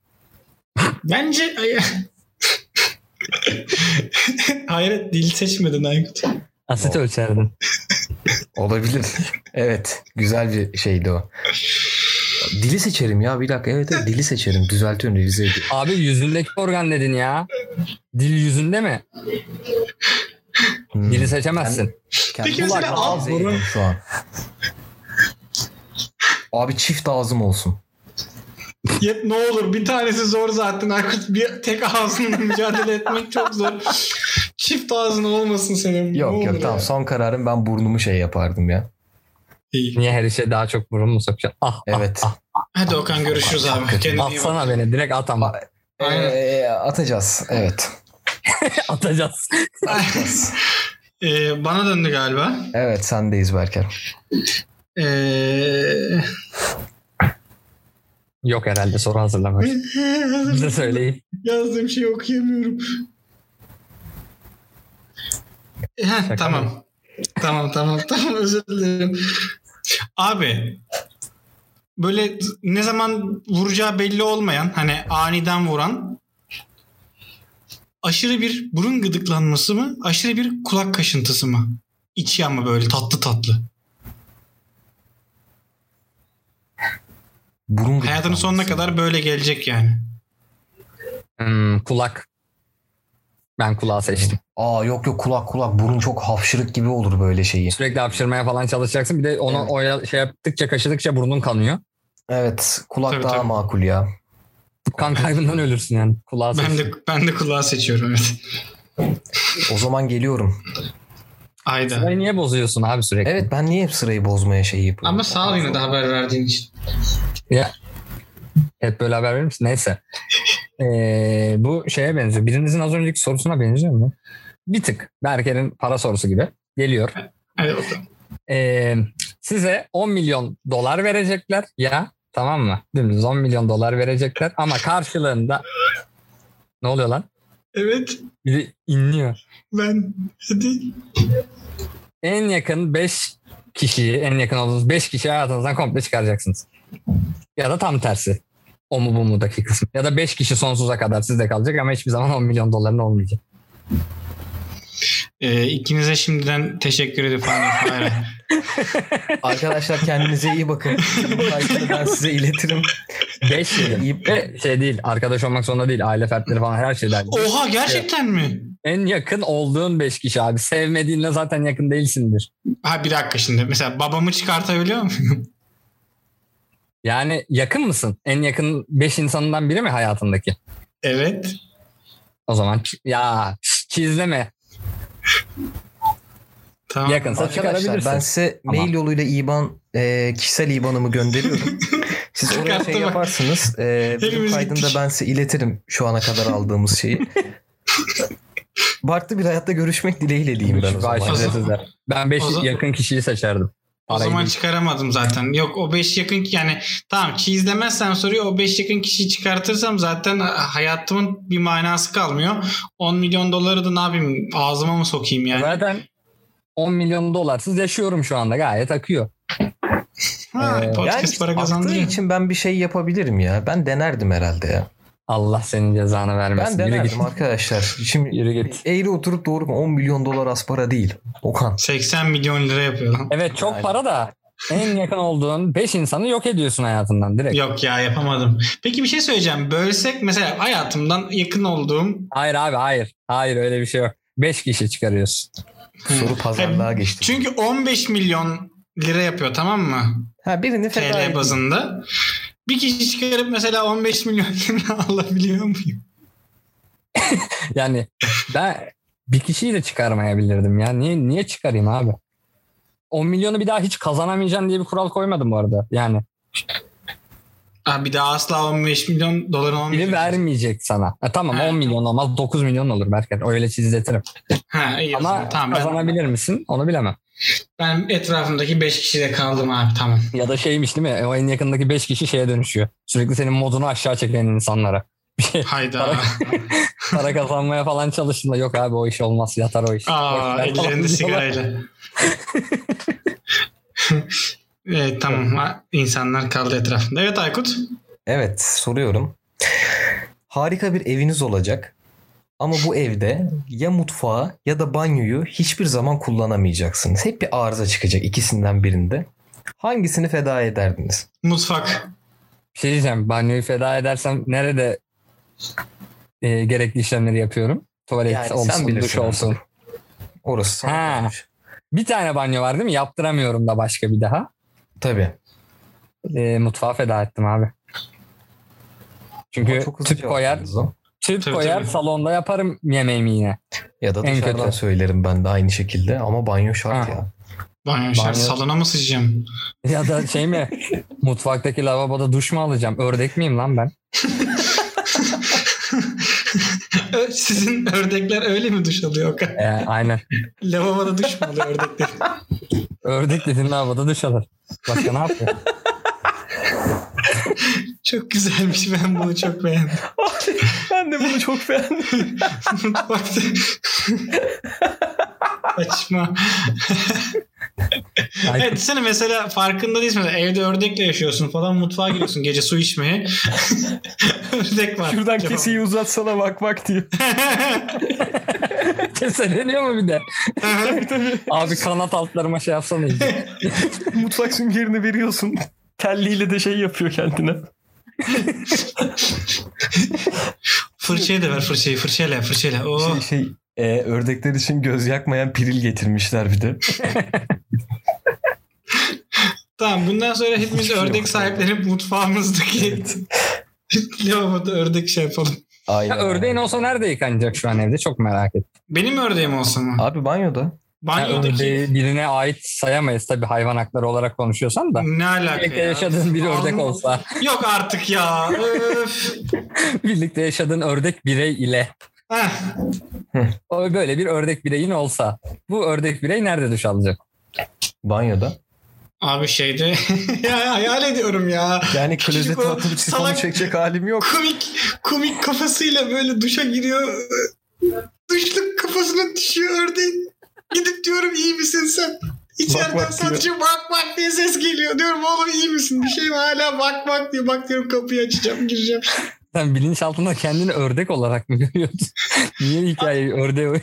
S3: Bence Hayret dil seçmedin Aykut.
S2: Asit ölçerdin.
S1: Olabilir. evet. Güzel bir şeydi o. Dili seçerim ya bir dakika. Evet, evet dili seçerim. Düzeltiyorum revize ediyorum.
S2: Abi yüzündeki organ dedin ya. Dil yüzünde mi?
S1: Hmm.
S2: Dili seçemezsin.
S1: Kendi
S3: Peki mesela
S1: kulaklarım
S3: ağız,
S1: zehirli
S3: burun.
S1: şu an. Abi çift ağzım olsun.
S3: Ya, ne olur bir tanesi zor zaten Aykut. Bir tek ağzınla mücadele etmek çok zor. Çift ağzın olmasın senin. Ne
S1: Yok
S3: olur
S1: yok tamam
S3: ya.
S1: son kararım ben burnumu şey yapardım ya.
S3: İyi.
S2: Niye her işe daha çok burun mu sokacaksın? Ah,
S1: Evet.
S2: ah,
S3: Hadi Okan görüşürüz abi. Kendine
S2: ah.
S3: iyi bak.
S2: Atsana beni direkt at ama.
S1: Bak. Ee, atacağız. Evet.
S2: Atacağız.
S1: Atacağız.
S3: Ee, bana döndü galiba.
S1: evet sendeyiz Berker.
S3: Ee,
S2: Yok herhalde soru hazırlamak. Bize söyleyin.
S3: Yazdığım şeyi okuyamıyorum. E, Heh,
S2: Şaka
S3: tamam. tamam tamam tamam özür dilerim. Abi böyle ne zaman vuracağı belli olmayan hani aniden vuran aşırı bir burun gıdıklanması mı aşırı bir kulak kaşıntısı mı? İçi ama böyle tatlı tatlı.
S1: Burun
S3: Hayatının
S1: gıdıklanması.
S3: sonuna kadar böyle gelecek yani.
S2: Hmm, kulak. Ben kulağı seçtim.
S1: Aa yok yok kulak kulak burun çok hapşırık gibi olur böyle şeyi.
S2: Sürekli hapşırmaya falan çalışacaksın. Bir de onu
S1: Evet.
S2: oya- şey yaptıkça kaşıdıkça burnun kanıyor.
S1: Evet kulak
S3: Tabii,
S1: daha
S3: tabii.
S1: makul ya.
S2: Kan kaybından ölürsün yani. Kulağı
S3: Ben
S2: seçtim.
S3: de ben de kulağı seçiyorum evet.
S1: O zaman geliyorum.
S3: Ayda.
S2: Sırayı niye bozuyorsun abi sürekli?
S1: Evet ben niye hep sırayı bozmaya şey yapıyorum?
S3: Ama sağ ol yine de haber verdiğin için.
S2: Hep böyle haber verir misin? Neyse. Ee, bu şeye benziyor. Birinizin az önceki sorusuna benziyor mu? Bir tık. Berker'in para sorusu gibi. Geliyor.
S3: Hadi bakalım.
S2: Ee, size 10 milyon dolar verecekler ya tamam mı? Dümdüz 10 milyon dolar verecekler ama karşılığında ne oluyor lan?
S3: Evet
S2: Biri inliyor.
S3: ben hadi.
S2: En yakın 5 kişiyi, en yakın olduğunuz 5 kişiyi hayatınızdan komple çıkaracaksınız. Ya da tam tersi. O mu bu mu'daki kısım. Ya da 5 kişi sonsuza kadar sizde kalacak ama hiçbir zaman 10 milyon doların olmayacak.
S3: Ee, ikinize şimdiden teşekkür ediyorum. Hayır, hayır.
S1: Arkadaşlar kendinize iyi bakın. Bu kaydını ben size iletirim.
S2: 5
S1: İyi-
S2: şey değil. Arkadaş olmak zorunda değil. Aile fertleri falan her şey dahil.
S1: Oh.
S3: Oha gerçekten mi?
S2: En yakın olduğun 5 kişi abi. Sevmediğinle zaten yakın değilsindir.
S3: Ha bir dakika şimdi. Mesela babamı çıkartabiliyor muyum?
S2: Yani yakın mısın? En yakın 5 insanından biri mi hayatındaki?
S3: evet.
S2: O zaman ç- ya ç- çizleme.
S3: Tamam.
S2: Yakınsa
S1: Arkadaşlar
S2: çıkarabilirsin.
S1: ben size
S2: Tamam.
S1: mail yoluyla IBAN e, kişisel IBAN'ımı gönderiyorum. Siz oraya
S3: Çıkarttı
S1: şey
S3: bak.
S1: yaparsınız. E, benim
S3: Hepimiz
S1: kaydını da
S3: gittik.
S1: ben size iletirim şu ana kadar aldığımız şeyi. Farklı bir hayatta görüşmek dileğiyle diyeyim ben o zaman.
S2: Vay
S3: Görüşmek
S2: şerefsizler. Ben 5
S3: O zaman-
S2: yakın kişiyi seçerdim.
S3: O
S2: Parayı
S3: zaman
S2: değil.
S3: çıkaramadım zaten. Yok o 5 yakın yani tamam çizlemezsem soruyu o 5 yakın kişiyi çıkartırsam zaten hayatımın bir manası kalmıyor. 10 milyon doları da ne yapayım ağzıma mı sokayım yani?
S2: Zaten 10 milyon dolarsız yaşıyorum şu anda gayet akıyor.
S3: Ha,
S2: Ee,
S1: Yani
S3: podcast para kazandı.
S1: aktığı
S3: ya.
S1: için ben bir şey yapabilirim ya. Ben denerdim herhalde ya.
S2: Allah senin cezanı
S1: Ben
S2: vermesin. Yürü git.
S1: denerdim arkadaşlar. Şimdi
S2: Yürü git.
S1: eğri oturup doğru mu? 10 milyon dolar az para değil. Okan.
S3: 80 milyon lira yapıyor lan.
S2: Evet çok
S1: Yani.
S2: para da en yakın olduğun 5 insanı yok ediyorsun hayatından direkt.
S3: Yok ya yapamadım. Peki bir şey söyleyeceğim. Bölsek mesela hayatımdan yakın olduğum
S2: Hayır abi hayır. Hayır öyle bir şey yok. 5 kişi çıkarıyorsun.
S1: Soru pazarlığa geçti.
S3: Çünkü 15 milyon lira yapıyor tamam mı?
S1: Ha birini feda
S3: TL
S1: ettim.
S3: bazında. Bir kişi çıkarıp mesela 15 milyon lira alabiliyor muyum?
S2: Yani ben bir kişiyi de çıkarmayabilirdim ya. Niye, niye çıkarayım abi? 10 milyonu bir daha hiç kazanamayacaksın diye bir kural koymadım bu arada. Yani
S3: Aa, bir daha asla 15 milyon dolar olmayacak.
S2: biri vermeyecek sana. E, tamam
S3: Ha.
S2: 10 milyon olmaz 9 milyon olur Berker. Öyle çizletirim.
S3: Ha, iyi o
S2: Ama
S3: zaman. tamam ben,
S2: kazanabilir misin onu bilemem.
S3: ben etrafımdaki 5 kişiyle kaldım abi tamam.
S2: Ya da şeymiş değil mi? O en yakındaki 5 kişi şeye dönüşüyor. Sürekli senin modunu aşağı çeken insanlara. Bir şey
S3: Hayda.
S2: para kazanmaya falan çalıştın da yok abi o iş olmaz yatar o iş. Boş
S3: Aa
S2: ver falan diyorlar.
S3: ellerinde sigarayla. evet tamam Ha, insanlar kaldı etrafında. Evet Aykut.
S1: Evet soruyorum. Harika bir eviniz olacak. Ama bu evde ya mutfağı ya da banyoyu hiçbir zaman kullanamayacaksınız. Hep bir arıza çıkacak ikisinden birinde. Hangisini feda ederdiniz?
S3: Mutfak.
S2: Bir şey diyeceğim. Banyoyu feda edersem nerede e, gerekli işlemleri yapıyorum? Tuvalet
S1: Yani sen
S2: olsun, duş
S1: bilirsin
S2: olsun.
S1: Orası sana
S2: Ha.
S1: kalmış.
S2: Bir tane banyo var değil mi? Yaptıramıyorum da başka bir daha.
S1: Tabii.
S2: E, mutfağa feda ettim abi.
S1: Ama
S2: Çünkü
S1: çok hızlı
S2: tüp
S1: cevap
S2: koyar,
S1: verdiniz lan.
S2: tüp
S3: Tabii,
S2: koyar
S3: tabii.
S2: salonda yaparım yemeğimi yine.
S1: Ya da
S2: En
S1: dışarıdan
S2: kötü.
S1: söylerim ben de aynı şekilde ama banyo şart
S2: Ha.
S1: ya.
S3: Banyo, Banyo.
S2: Banyo.
S3: salona mı sıçacağım?
S2: Ya da şey mi? mutfaktaki lavaboda duş mu alacağım? Ördek miyim lan ben?
S3: Ö- Sizin ördekler öyle mi duş alıyor Okan?
S2: E, aynen.
S3: Lavaboda duş mu alıyor ördekler?
S2: Ördek dedin lavaboda duş alır. Başka ne yapıyor?
S3: Çok güzelmiş ben bunu çok beğendim.
S1: ben de bunu çok beğendim.
S3: Mutfakta Saçma. evet sen mesela farkında değilsin. Mesela evde ördekle yaşıyorsun falan mutfağa giriyorsun gece su içmeye. Ördek var.
S5: Şuradan
S3: Kebap.
S5: keseyi uzatsana bak bak diyor.
S2: Keseleniyor mu bir de? Abi kanat altlarıma şey yapsana. iyice.
S5: Mutfak süngerini veriyorsun. Telliyle de şey yapıyor kendine.
S3: Fırçayı da ver fırçayı fırçayla fırçayla. Oo.
S5: Şey şey e, ördekler için göz yakmayan piril getirmişler bir de.
S3: Tamam bundan sonra
S2: şey
S3: hepimiz ördek sahiplenip mutfağımızdaki lavaboda ördek şey yapalım.
S5: Aynen.
S2: Ya ördeğin olsa nerede yıkanacak şu an evde? Çok merak ettim.
S3: Benim ördeğim olsa mı?
S5: Abi banyoda.
S2: Ya
S3: Banyodaki
S2: ördeği birine ait sayamayız tabii hayvan hakları olarak konuşuyorsan da.
S3: ne alaka
S2: Birlikte
S3: ya?
S2: yaşadığın bir ördek
S3: Anlam-
S2: olsa,
S3: Yok artık ya. Öf.
S2: birlikte yaşadığın ördek birey ile
S3: Heh.
S2: o böyle bir ördek bireyin olsa bu ördek birey nerede duş alacak?
S5: Banyoda.
S3: Abi şeyde ya hayal ediyorum ya.
S5: Yani
S3: Küçücük
S5: klozete
S3: o
S5: atıp sifonu
S3: salak-
S5: çekecek halim yok.
S3: Komik komik kafasıyla böyle duşa giriyor. Duşluk kafasına düşüyor ördeğin. Gidip diyorum iyi misin sen? İçeriden
S5: bak diyor.
S3: sadece bak bak diye ses geliyor. Diyorum oğlum iyi misin? Bir şey mi? Hala bak bak diyor. Bak diyorum kapıyı açacağım gireceğim.
S2: Sen bilinçaltında kendini ördek olarak mı görüyordun? Niye hikayeyi ördeğe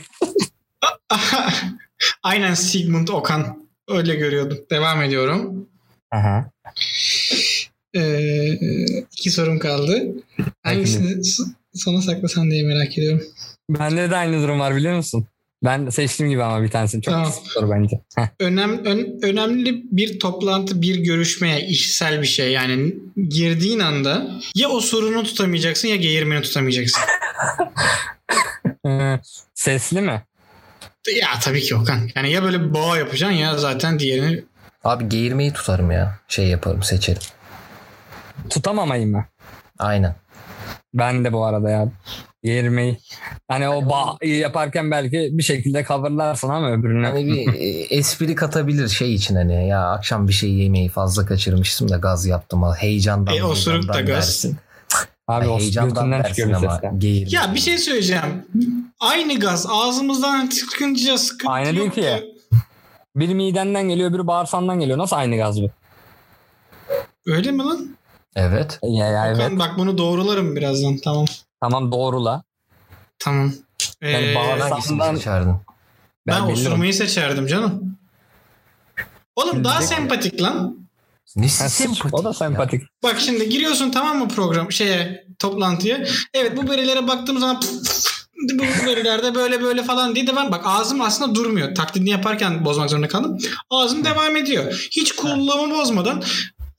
S3: Aynen Sigmund Okan. Öyle görüyordum. Devam ediyorum.
S2: Aha.
S3: Ee, iki sorum kaldı. Hangisini s- sona saklasan diye merak ediyorum.
S2: Bende de aynı durum var biliyor musun? Ben seçtiğim gibi ama bir tanesini çok
S3: Tamam.
S2: tamam. soru bence. Heh.
S3: Önem, ön- önemli bir toplantı, bir görüşmeye, işsel bir şey yani girdiğin anda ya osurunu tutamayacaksın ya geğirmeni tutamayacaksın.
S2: Ee, Sesli mi?
S3: ya tabii ki Okan. Yani ya böyle boğa yapacaksın ya zaten diğerini e,
S1: Abi geğirmeyi tutarım ya. Şey yaparım seçerim.
S2: Tutamamayı mı?
S1: Aynen.
S2: Ben de bu arada ya. Yermeyi. Hani o ba yaparken belki bir şekilde coverlarsın ama öbürüne.
S1: Hani bir e, espri katabilir şey için hani ya akşam bir şey yemeyi fazla kaçırmıştım da gaz yaptım. ha, Heyecandan.
S3: E, osuruk da
S1: heyecandan
S3: gaz.
S1: dersin.
S2: Abi o
S1: heyecandan
S2: götünden çıkıyor
S1: dersin
S2: bir
S1: ama
S2: ses ya.
S1: geğirme.
S3: Ya bir şey söyleyeceğim. Aynı gaz ağzımızdan çıkınca sıkıntı
S2: Aynı değil
S3: yok
S2: ki. Biri midenden geliyor, biri bağırsandan geliyor. Nasıl aynı gaz bu?
S3: Öyle mi lan?
S1: Evet.
S2: Ya, ya, evet.
S3: Okan, bak bunu doğrularım birazdan tamam.
S2: Tamam doğrula.
S3: Tamam.
S2: Yani
S3: Ee,
S2: bağıran-
S1: Hangisini
S2: Sandan-
S1: seçerdin?
S3: ben
S2: bilirim.
S3: osurmayı seçerdim canım. Oğlum daha sempatik lan.
S1: Ne
S2: Ha,
S1: sempatik.
S2: O da
S1: ya.
S2: sempatik.
S3: Bak şimdi giriyorsun tamam mı program şeye toplantıya. Evet bu verilere baktığım zaman pf, pf, bu verilerde böyle böyle falan diye devam. Bak ağzım aslında durmuyor. Taklidini yaparken bozmak zorunda kaldım. Ağzım devam ediyor. Hiç cool'luğumu bozmadan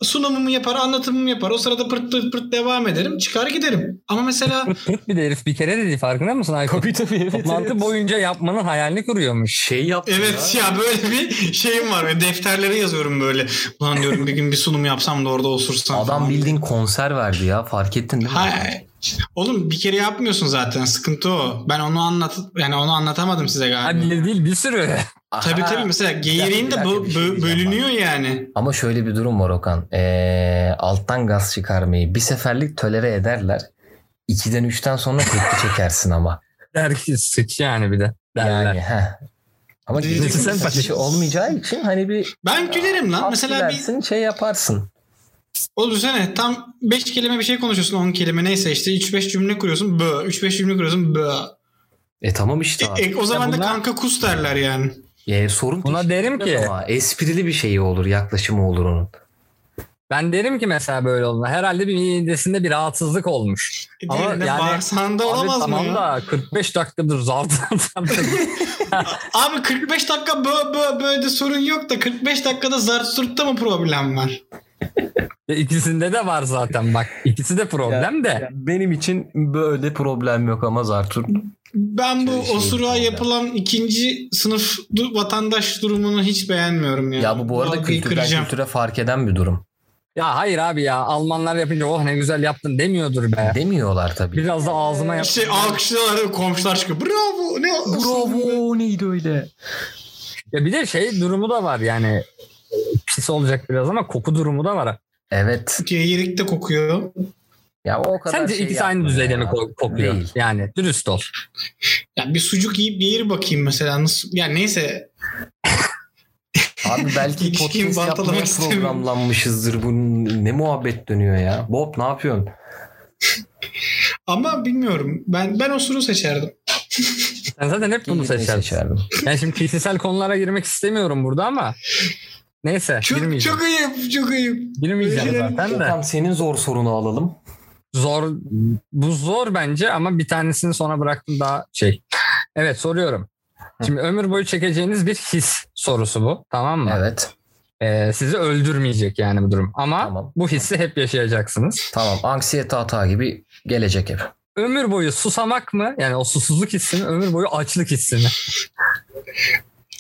S3: sunumumu yapar, anlatımımı yapar. O sırada pırt pırt pırt devam ederim. Çıkar giderim. Ama mesela
S2: Tırt bir de herif bir kere dedi farkında mısın Aykut?
S5: Tabii tabii. Evet,
S2: Toplantı
S5: evet.
S2: boyunca yapmanın hayalini kuruyormuş.
S4: Şey yaptı
S3: evet
S4: ya.
S3: ya böyle bir şeyim var. Böyle defterlere yazıyorum böyle. Ulan diyorum bir gün bir sunum yapsam da orada osursam.
S1: Adam
S3: falan.
S1: bildiğin konser verdi ya. Fark ettin değil mi?
S3: Hayır. Oğlum bir kere yapmıyorsun zaten. Sıkıntı o. Ben onu anlat yani onu anlatamadım size galiba.
S2: Abi bir değil bir sürü.
S1: Aha.
S3: Tabii tabii mesela geyirin
S1: Hani- Bir
S3: de
S1: dakika,
S3: bu-
S1: bir şey
S3: bö-
S1: diyeceğim
S3: bölünüyor yani.
S1: Ama şöyle bir durum var Okan. Ee, alttan gaz çıkarmayı bir seferlik tolere ederler. 2'den 3'ten sonra tepki çekersin ama.
S2: Der ki sıç yani bir de. Derler.
S1: Yani heh. Ama
S3: Diyecek
S1: gizli
S2: misin?
S1: satışı olmayacağı için hani bir
S3: Ben gülerim lan.
S1: alt
S3: Mesela bir
S1: gidersin, şey yaparsın.
S3: o düşünsene tam 5 kelime bir şey konuşuyorsun 10 kelime neyse işte 3-5 cümle kuruyorsun bö 3-5 cümle kuruyorsun bö.
S1: E tamam işte abi.
S3: E, o zaman da
S2: bunlar-
S3: kanka kus derler yani.
S1: E, sorun
S2: Buna
S1: teşkil
S2: derim
S1: etmez
S2: ki
S1: ama esprili bir şeyi olur yaklaşımı olur onun.
S2: ben derim ki mesela böyle olduğunda herhalde bir midesinde bir rahatsızlık olmuş.
S3: E,
S2: Ama
S3: diğerinde
S2: yani-
S3: bağırsağında Şey olamaz
S2: Abi tamam
S3: mı ya?
S2: da 45 dakikadır zart.
S3: Abi 45 dakika bö bö bö de sorun yok da 45 dakikada zart surtta mı problem var?
S2: İkisinde de var zaten bak. İkisi de problem de.
S1: Benim için böyle problem yok ama Zartur.
S3: Ben bu
S1: Şey- şey-
S3: osuruğa
S1: şey-
S3: yapılan ikinci sınıf du- vatandaş durumunu hiç beğenmiyorum yani.
S1: Ya bu bu arada
S3: algıyı
S1: kültürden
S3: kıracağım.
S1: kültüre fark eden bir durum.
S2: Ya hayır abi ya Almanlar yapınca oh ne güzel yaptın demiyordur be.
S1: Demiyorlar tabii.
S2: Biraz da ağzıma yap.
S3: Şey alkışlıyorlar komşular çıkıyor. Bravo. Ne
S1: Bravo neydi öyle?
S2: Ya bir de şey durumu da var yani e, pis olacak biraz ama koku durumu da var.
S1: Evet.
S3: Geyirik de kokuyor.
S1: Ya o kadar
S2: Sence
S1: şey
S2: ikisi aynı
S1: yapmıyor
S2: düzeyde
S1: ya.
S2: mi ko- kokuyor?
S1: Değil.
S2: Yani dürüst ol.
S3: Ya bir sucuk yiyip bir bakayım mesela nasıl. Ya neyse
S1: Abi belki
S3: İlişkimi
S1: podcast
S3: bantlamak
S1: yapmaya
S3: istemiyorum.
S1: programlanmışızdır. Bunun ne muhabbet dönüyor ya? Bob ne yapıyorsun?
S3: Ama bilmiyorum. Ben ben osuru seçerdim.
S2: Sen zaten hep bunu
S1: Giyinmeyi
S2: seçersin. Ben şimdi kişisel konulara girmek istemiyorum burada ama neyse
S3: Çok,
S2: girmeyeceğim.
S3: çok ayıp, çok ayıp.
S2: girmeyeceğim
S3: Öyle
S2: zaten de.
S1: Okan senin zor sorunu alalım.
S2: Zor bu zor bence ama bir tanesini sona bıraktım daha şey. Evet soruyorum. Şimdi ömür boyu çekeceğiniz bir his sorusu bu. Tamam mı?
S1: Evet.
S2: Ee, sizi öldürmeyecek yani bu durum. Ama
S1: Tamam.
S2: bu hissi hep yaşayacaksınız.
S1: Tamam. Anksiyete hata gibi gelecek hep.
S2: Ömür boyu susamak mı? Yani o susuzluk hissini, ömür boyu açlık hissini.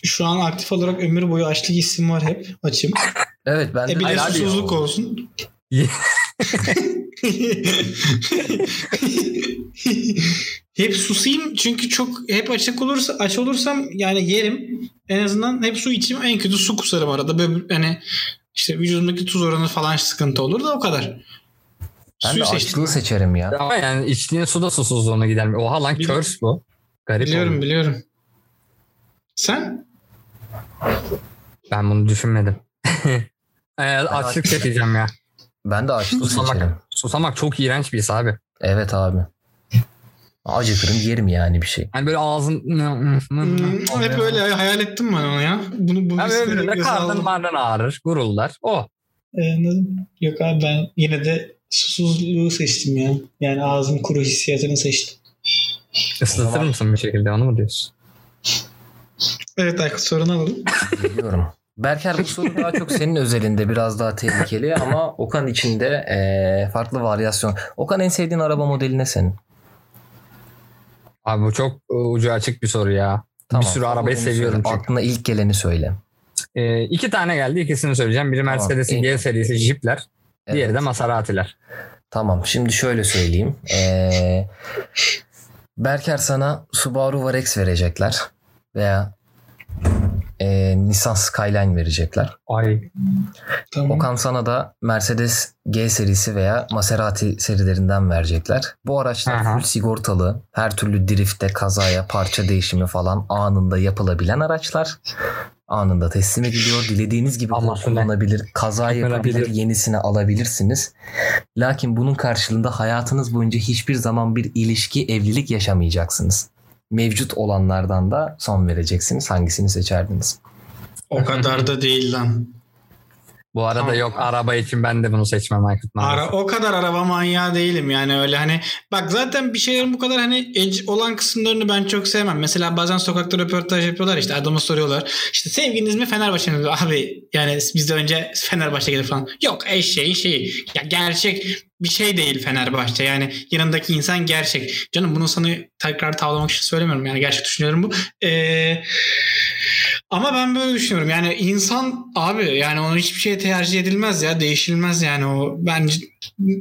S3: Şu an aktif olarak ömür boyu açlık hissim var hep. Açım.
S1: Evet ben
S3: E bir de
S2: Hayır abi.
S3: susuzluk olsun.
S2: Ye-
S3: hep susayım çünkü çok hep açık olursa aç olursam yani yerim. En azından hep su içeyim. En kötü su kusarım arada. Böyle hani işte vücudumdaki tuz oranı falan sıkıntı olur da o kadar.
S1: ben de
S3: Suyu seçtim.
S1: açlığı seçerim ya.
S2: Ama yani içtiğin su da susuzluğunu gidermiyor. Oha lan
S3: Biliyorum.
S2: körs bu. Garip
S3: Biliyorum
S2: oldu.
S3: biliyorum. Sen?
S2: Ben bunu düşünmedim. Ee, açlık
S1: açlık-
S2: çekeceğim ya.
S1: Ben de açlığı seçerim.
S2: Susamak, susamak çok iğrenç bir his abi.
S1: Evet abi. Acıkırım yerim yani bir şey.
S2: Hani böyle ağzın...
S3: Hmm, hep öyle hayal ettim ben onu ya. Bunu bu
S2: Abi
S3: hisleri
S2: ömründe
S3: göze
S2: karnın
S3: aldım.
S2: marnın ağrır, gurullar. O.
S3: Ee, anladım. Yok abi ben yine de susuzluğu seçtim ya. Yani ağzım kuru hissiyatını seçtim.
S2: Islatır
S1: zaman-
S2: mısın bir şekilde onu mu diyorsun?
S3: Evet Aykut sorunu alalım.
S1: Biliyorum. Berker bu soru daha çok senin özelinde biraz daha tehlikeli ama Okan içinde eee, farklı varyasyon. Okan en sevdiğin araba modeli ne senin?
S2: Abi bu çok e, ucu açık bir soru ya. bir sürü arabayı
S1: Modelini
S2: seviyorum
S1: söyle.
S2: çünkü.
S1: Aklına ilk geleni söyle.
S2: E, iki tane geldi ikisini söyleyeceğim. Biri
S1: Tamam.
S2: Mercedes'in G serisi Jeep'ler.
S1: Evet.
S2: Diğeri de Maserati'ler.
S1: Tamam şimdi şöyle söyleyeyim. Ee, Berker sana Subaru Varex verecekler veya e, Nissan Skyline verecekler.
S2: Ay.
S3: tamam.
S1: Okan sana da Mercedes G serisi veya Maserati serilerinden verecekler. Bu araçlar
S2: Aha.
S1: full sigortalı, her türlü drifte, kazaya, parça değişimi falan anında yapılabilen araçlar. Anında teslim ediliyor. Dilediğiniz gibi
S2: Allah'ım.
S1: kullanılabilir, kaza
S2: Çok merak
S1: yapabilir,
S2: ediyorum.
S1: yenisini alabilirsiniz. Lakin bunun karşılığında hayatınız boyunca hiçbir zaman bir ilişki, evlilik yaşamayacaksınız. Mevcut olanlardan da son vereceksiniz. Hangisini seçerdiniz?
S3: O kadar da değil lan.
S2: Bu arada
S3: Tamam.
S2: yok araba için ben de bunu seçmem Aykut. maalesef.
S3: Ara, o kadar araba manyağı değilim yani öyle hani bak zaten bir şeylerin bu kadar hani edge olan kısımlarını ben çok sevmem. Mesela bazen sokakta röportaj yapıyorlar işte adama soruyorlar işte sevgiliniz mi Fenerbahçe mi? Abi yani bizde önce Fenerbahçe gelir falan. Yok eşeğin şeyi ya gerçek bir şey değil Fenerbahçe yani yanındaki insan gerçek. Canım bunu sana tekrar tavlamak için söylemiyorum yani gerçek düşünüyorum bu. Eee Ama ben böyle düşünüyorum. Yani insan abi yani onun hiçbir şeye tercih edilmez ya. Değişilmez yani o. Ben c-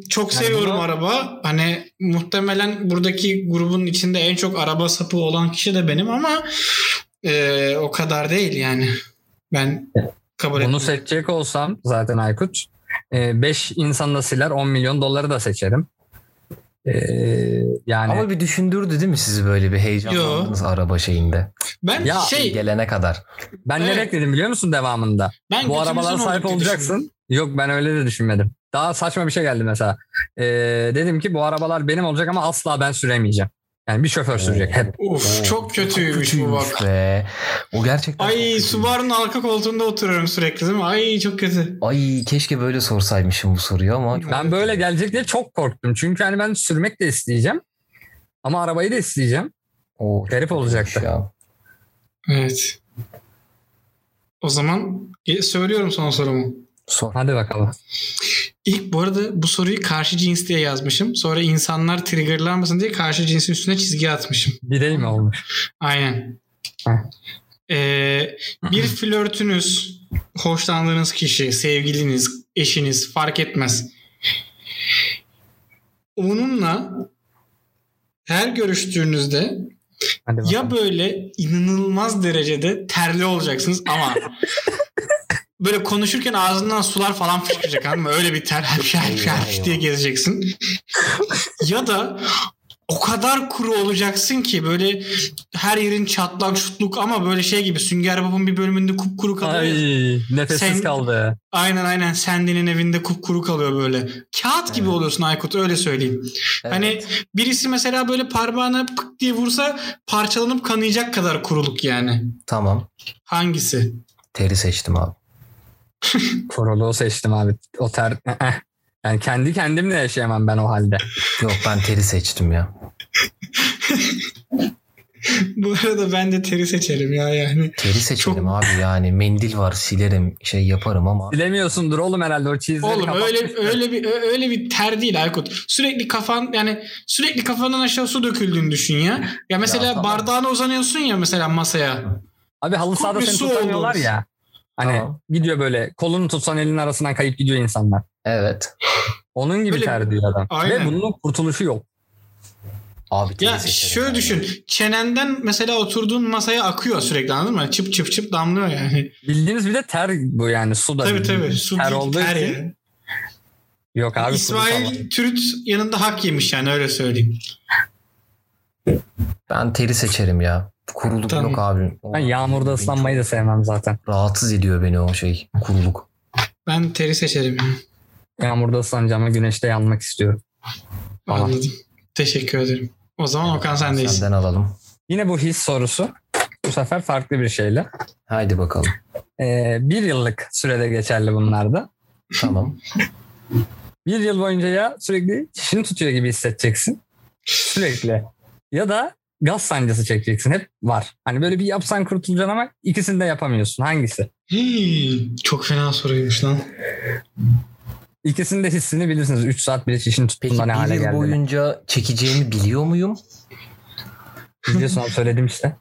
S3: çok
S2: Yani
S3: seviyorum
S2: bunu-
S3: araba. Hani muhtemelen buradaki grubun içinde en çok araba sapı olan kişi de benim ama e, o kadar değil yani. Ben kabul
S2: Bunu
S3: etmiyorum.
S2: seçecek olsam zaten Aykut 5 insanı da siler 10 milyon doları da seçerim. E, yani
S1: Ama bir düşündürdü değil mi sizi böyle bir heyecanlandınız araba şeyinde?
S3: Ben
S2: Ya,
S3: şey
S1: Gelene kadar.
S2: ben ne
S3: Evet.
S2: bekledim biliyor musun devamında?
S3: ben
S2: Bu
S3: götümüzün
S2: arabalara sahip
S3: olduğunu düşünüyorum.
S2: olacaksın. Yok ben öyle de düşünmedim. Daha saçma bir şey geldi mesela. E, dedim ki bu arabalar benim olacak ama asla ben süremeyeceğim. Yani bir şoför sürecek hep.
S3: Of
S1: Oo,
S3: çok kötüymüş bu
S1: Kötüymüş
S3: bak.
S1: be. O gerçekten çok
S3: Ay
S1: kötüymüş.
S3: Subaru'nun arka koltuğunda oturuyorum sürekli değil mi? Ay çok kötü.
S1: Ay keşke böyle sorsaymışım bu soruyu ama. çok-
S2: Ben böyle gelecek diye çok korktum. Çünkü hani ben sürmek de isteyeceğim. Ama arabayı da isteyeceğim.
S1: Oo, çok
S2: Garip olacaktı.
S1: kötüymüş ya.
S3: Evet. O zaman e, söylüyorum son sorumu.
S1: Sor.
S2: Hadi bakalım.
S3: İlk bu arada bu soruyu karşı cins diye yazmışım. Sonra insanlar triggerlanmasın diye karşı cinsin üstüne çizgi atmışım.
S2: Birey mi olmuş?
S3: Aynen.
S2: Heh.
S3: Ee, bir flörtünüz, hoşlandığınız kişi, sevgiliniz, eşiniz fark etmez. Onunla her görüştüğünüzde
S2: Hadi bakalım.
S3: ya böyle inanılmaz derecede terli olacaksınız ama böyle konuşurken ağzından sular falan şey, fışkıracak anladın mı? Öyle bir ter hafif hafif hafif diye gezeceksin. ya da o kadar kuru olacaksın ki böyle her yerin çatlak çutluk ama böyle şey gibi Sünger Bob'un bir bölümünde kupkuru kalıyor. ya.
S2: Ay nefessiz
S3: Sen-
S2: kaldı.
S3: Aynen aynen Sandy'nin evinde kupkuru kalıyor böyle. Kağıt gibi oluyorsun Aykut öyle söyleyeyim.
S1: Evet.
S3: Hani birisi mesela böyle parmağına pık diye vursa parçalanıp kanayacak kadar kuruluk yani.
S1: Tamam.
S3: Hangisi?
S1: Teri seçtim abi.
S2: Koroluğu seçtim abi. O ter... Yani kendi kendimle yaşayamam ben o halde.
S1: Yok ben teri seçtim ya.
S3: Bu arada ben de teri seçerim ya yani.
S1: Teri seçelim abi yani. Mendil var silerim şey yaparım ama.
S2: Bilemiyorsundur oğlum herhalde o çizgileri
S3: Oğlum öyle
S2: kapatmışsın.
S3: öyle bir ö- öyle bir ter değil Aykut. Sürekli kafan yani sürekli kafandan aşağı su döküldüğünü düşün ya. Ya mesela
S1: tamam.
S3: bardağına uzanıyorsun ya mesela masaya.
S2: Abi halı sahada
S3: bir
S2: seni
S3: su
S2: tutamıyorlar
S3: oldu.
S2: ya. Hani
S1: Tamam.
S2: gidiyor böyle kolunu tutsan elin arasından kayıp gidiyor insanlar.
S1: Evet.
S2: Onun gibi
S3: Öyle-
S2: ter diyor adam.
S3: Aynen.
S2: Ve bunun kurtuluşu yok.
S1: Abi teri
S3: Ya
S1: seçelim.
S3: şöyle düşün. Çenenden mesela oturduğun masaya akıyor sürekli anladın mı? Çıp çıp çıp damlıyor yani.
S2: Bildiğiniz bir de ter bu yani su da.
S3: Tabii
S2: değil.
S3: tabii. Su
S2: ter
S3: değil,
S2: olduğu
S3: ter
S2: için.
S3: ya.
S2: Yok abi su falan.
S3: İsmail Türüt yanında hak yemiş yani öyle söyleyeyim.
S1: Ben teri seçerim ya. Kuruluk
S3: Tamam.
S1: yok abi. O-
S2: Ben yağmurda
S1: Beni
S2: ıslanmayı da sevmem zaten.
S1: çok Rahatsız ediyor beni o şey kuruluk.
S3: Ben teri seçerim.
S2: Yağmurda ıslanacağım güneşte yanmak istiyorum. Tamam.
S3: Anladım. Teşekkür ederim. O zaman Okan sendeyiz.
S1: Senden alalım.
S2: Yine bu his sorusu. Bu sefer farklı bir şeyle.
S1: Haydi bakalım.
S2: Ee, bir yıllık sürede geçerli bunlarda.
S1: Tamam.
S2: Bir yıl boyunca ya sürekli çişini tutuyor gibi hissedeceksin. Sürekli. Ya da gaz sancısı çekeceksin. Hep var. Hani böyle bir yapsan kurtulacaksın ama ikisini de yapamıyorsun. Hangisi?
S3: Hii, çok fena soruymuş lan.
S2: İkisinin de hissini bilirsiniz. 3 saat bile çişini
S1: Peki
S2: tuttuğunda ne
S1: bir
S2: hale
S1: yıl
S2: geldi.
S1: boyunca çekeceğimi biliyor muyum?
S2: Biliyorsun onu söyledim işte.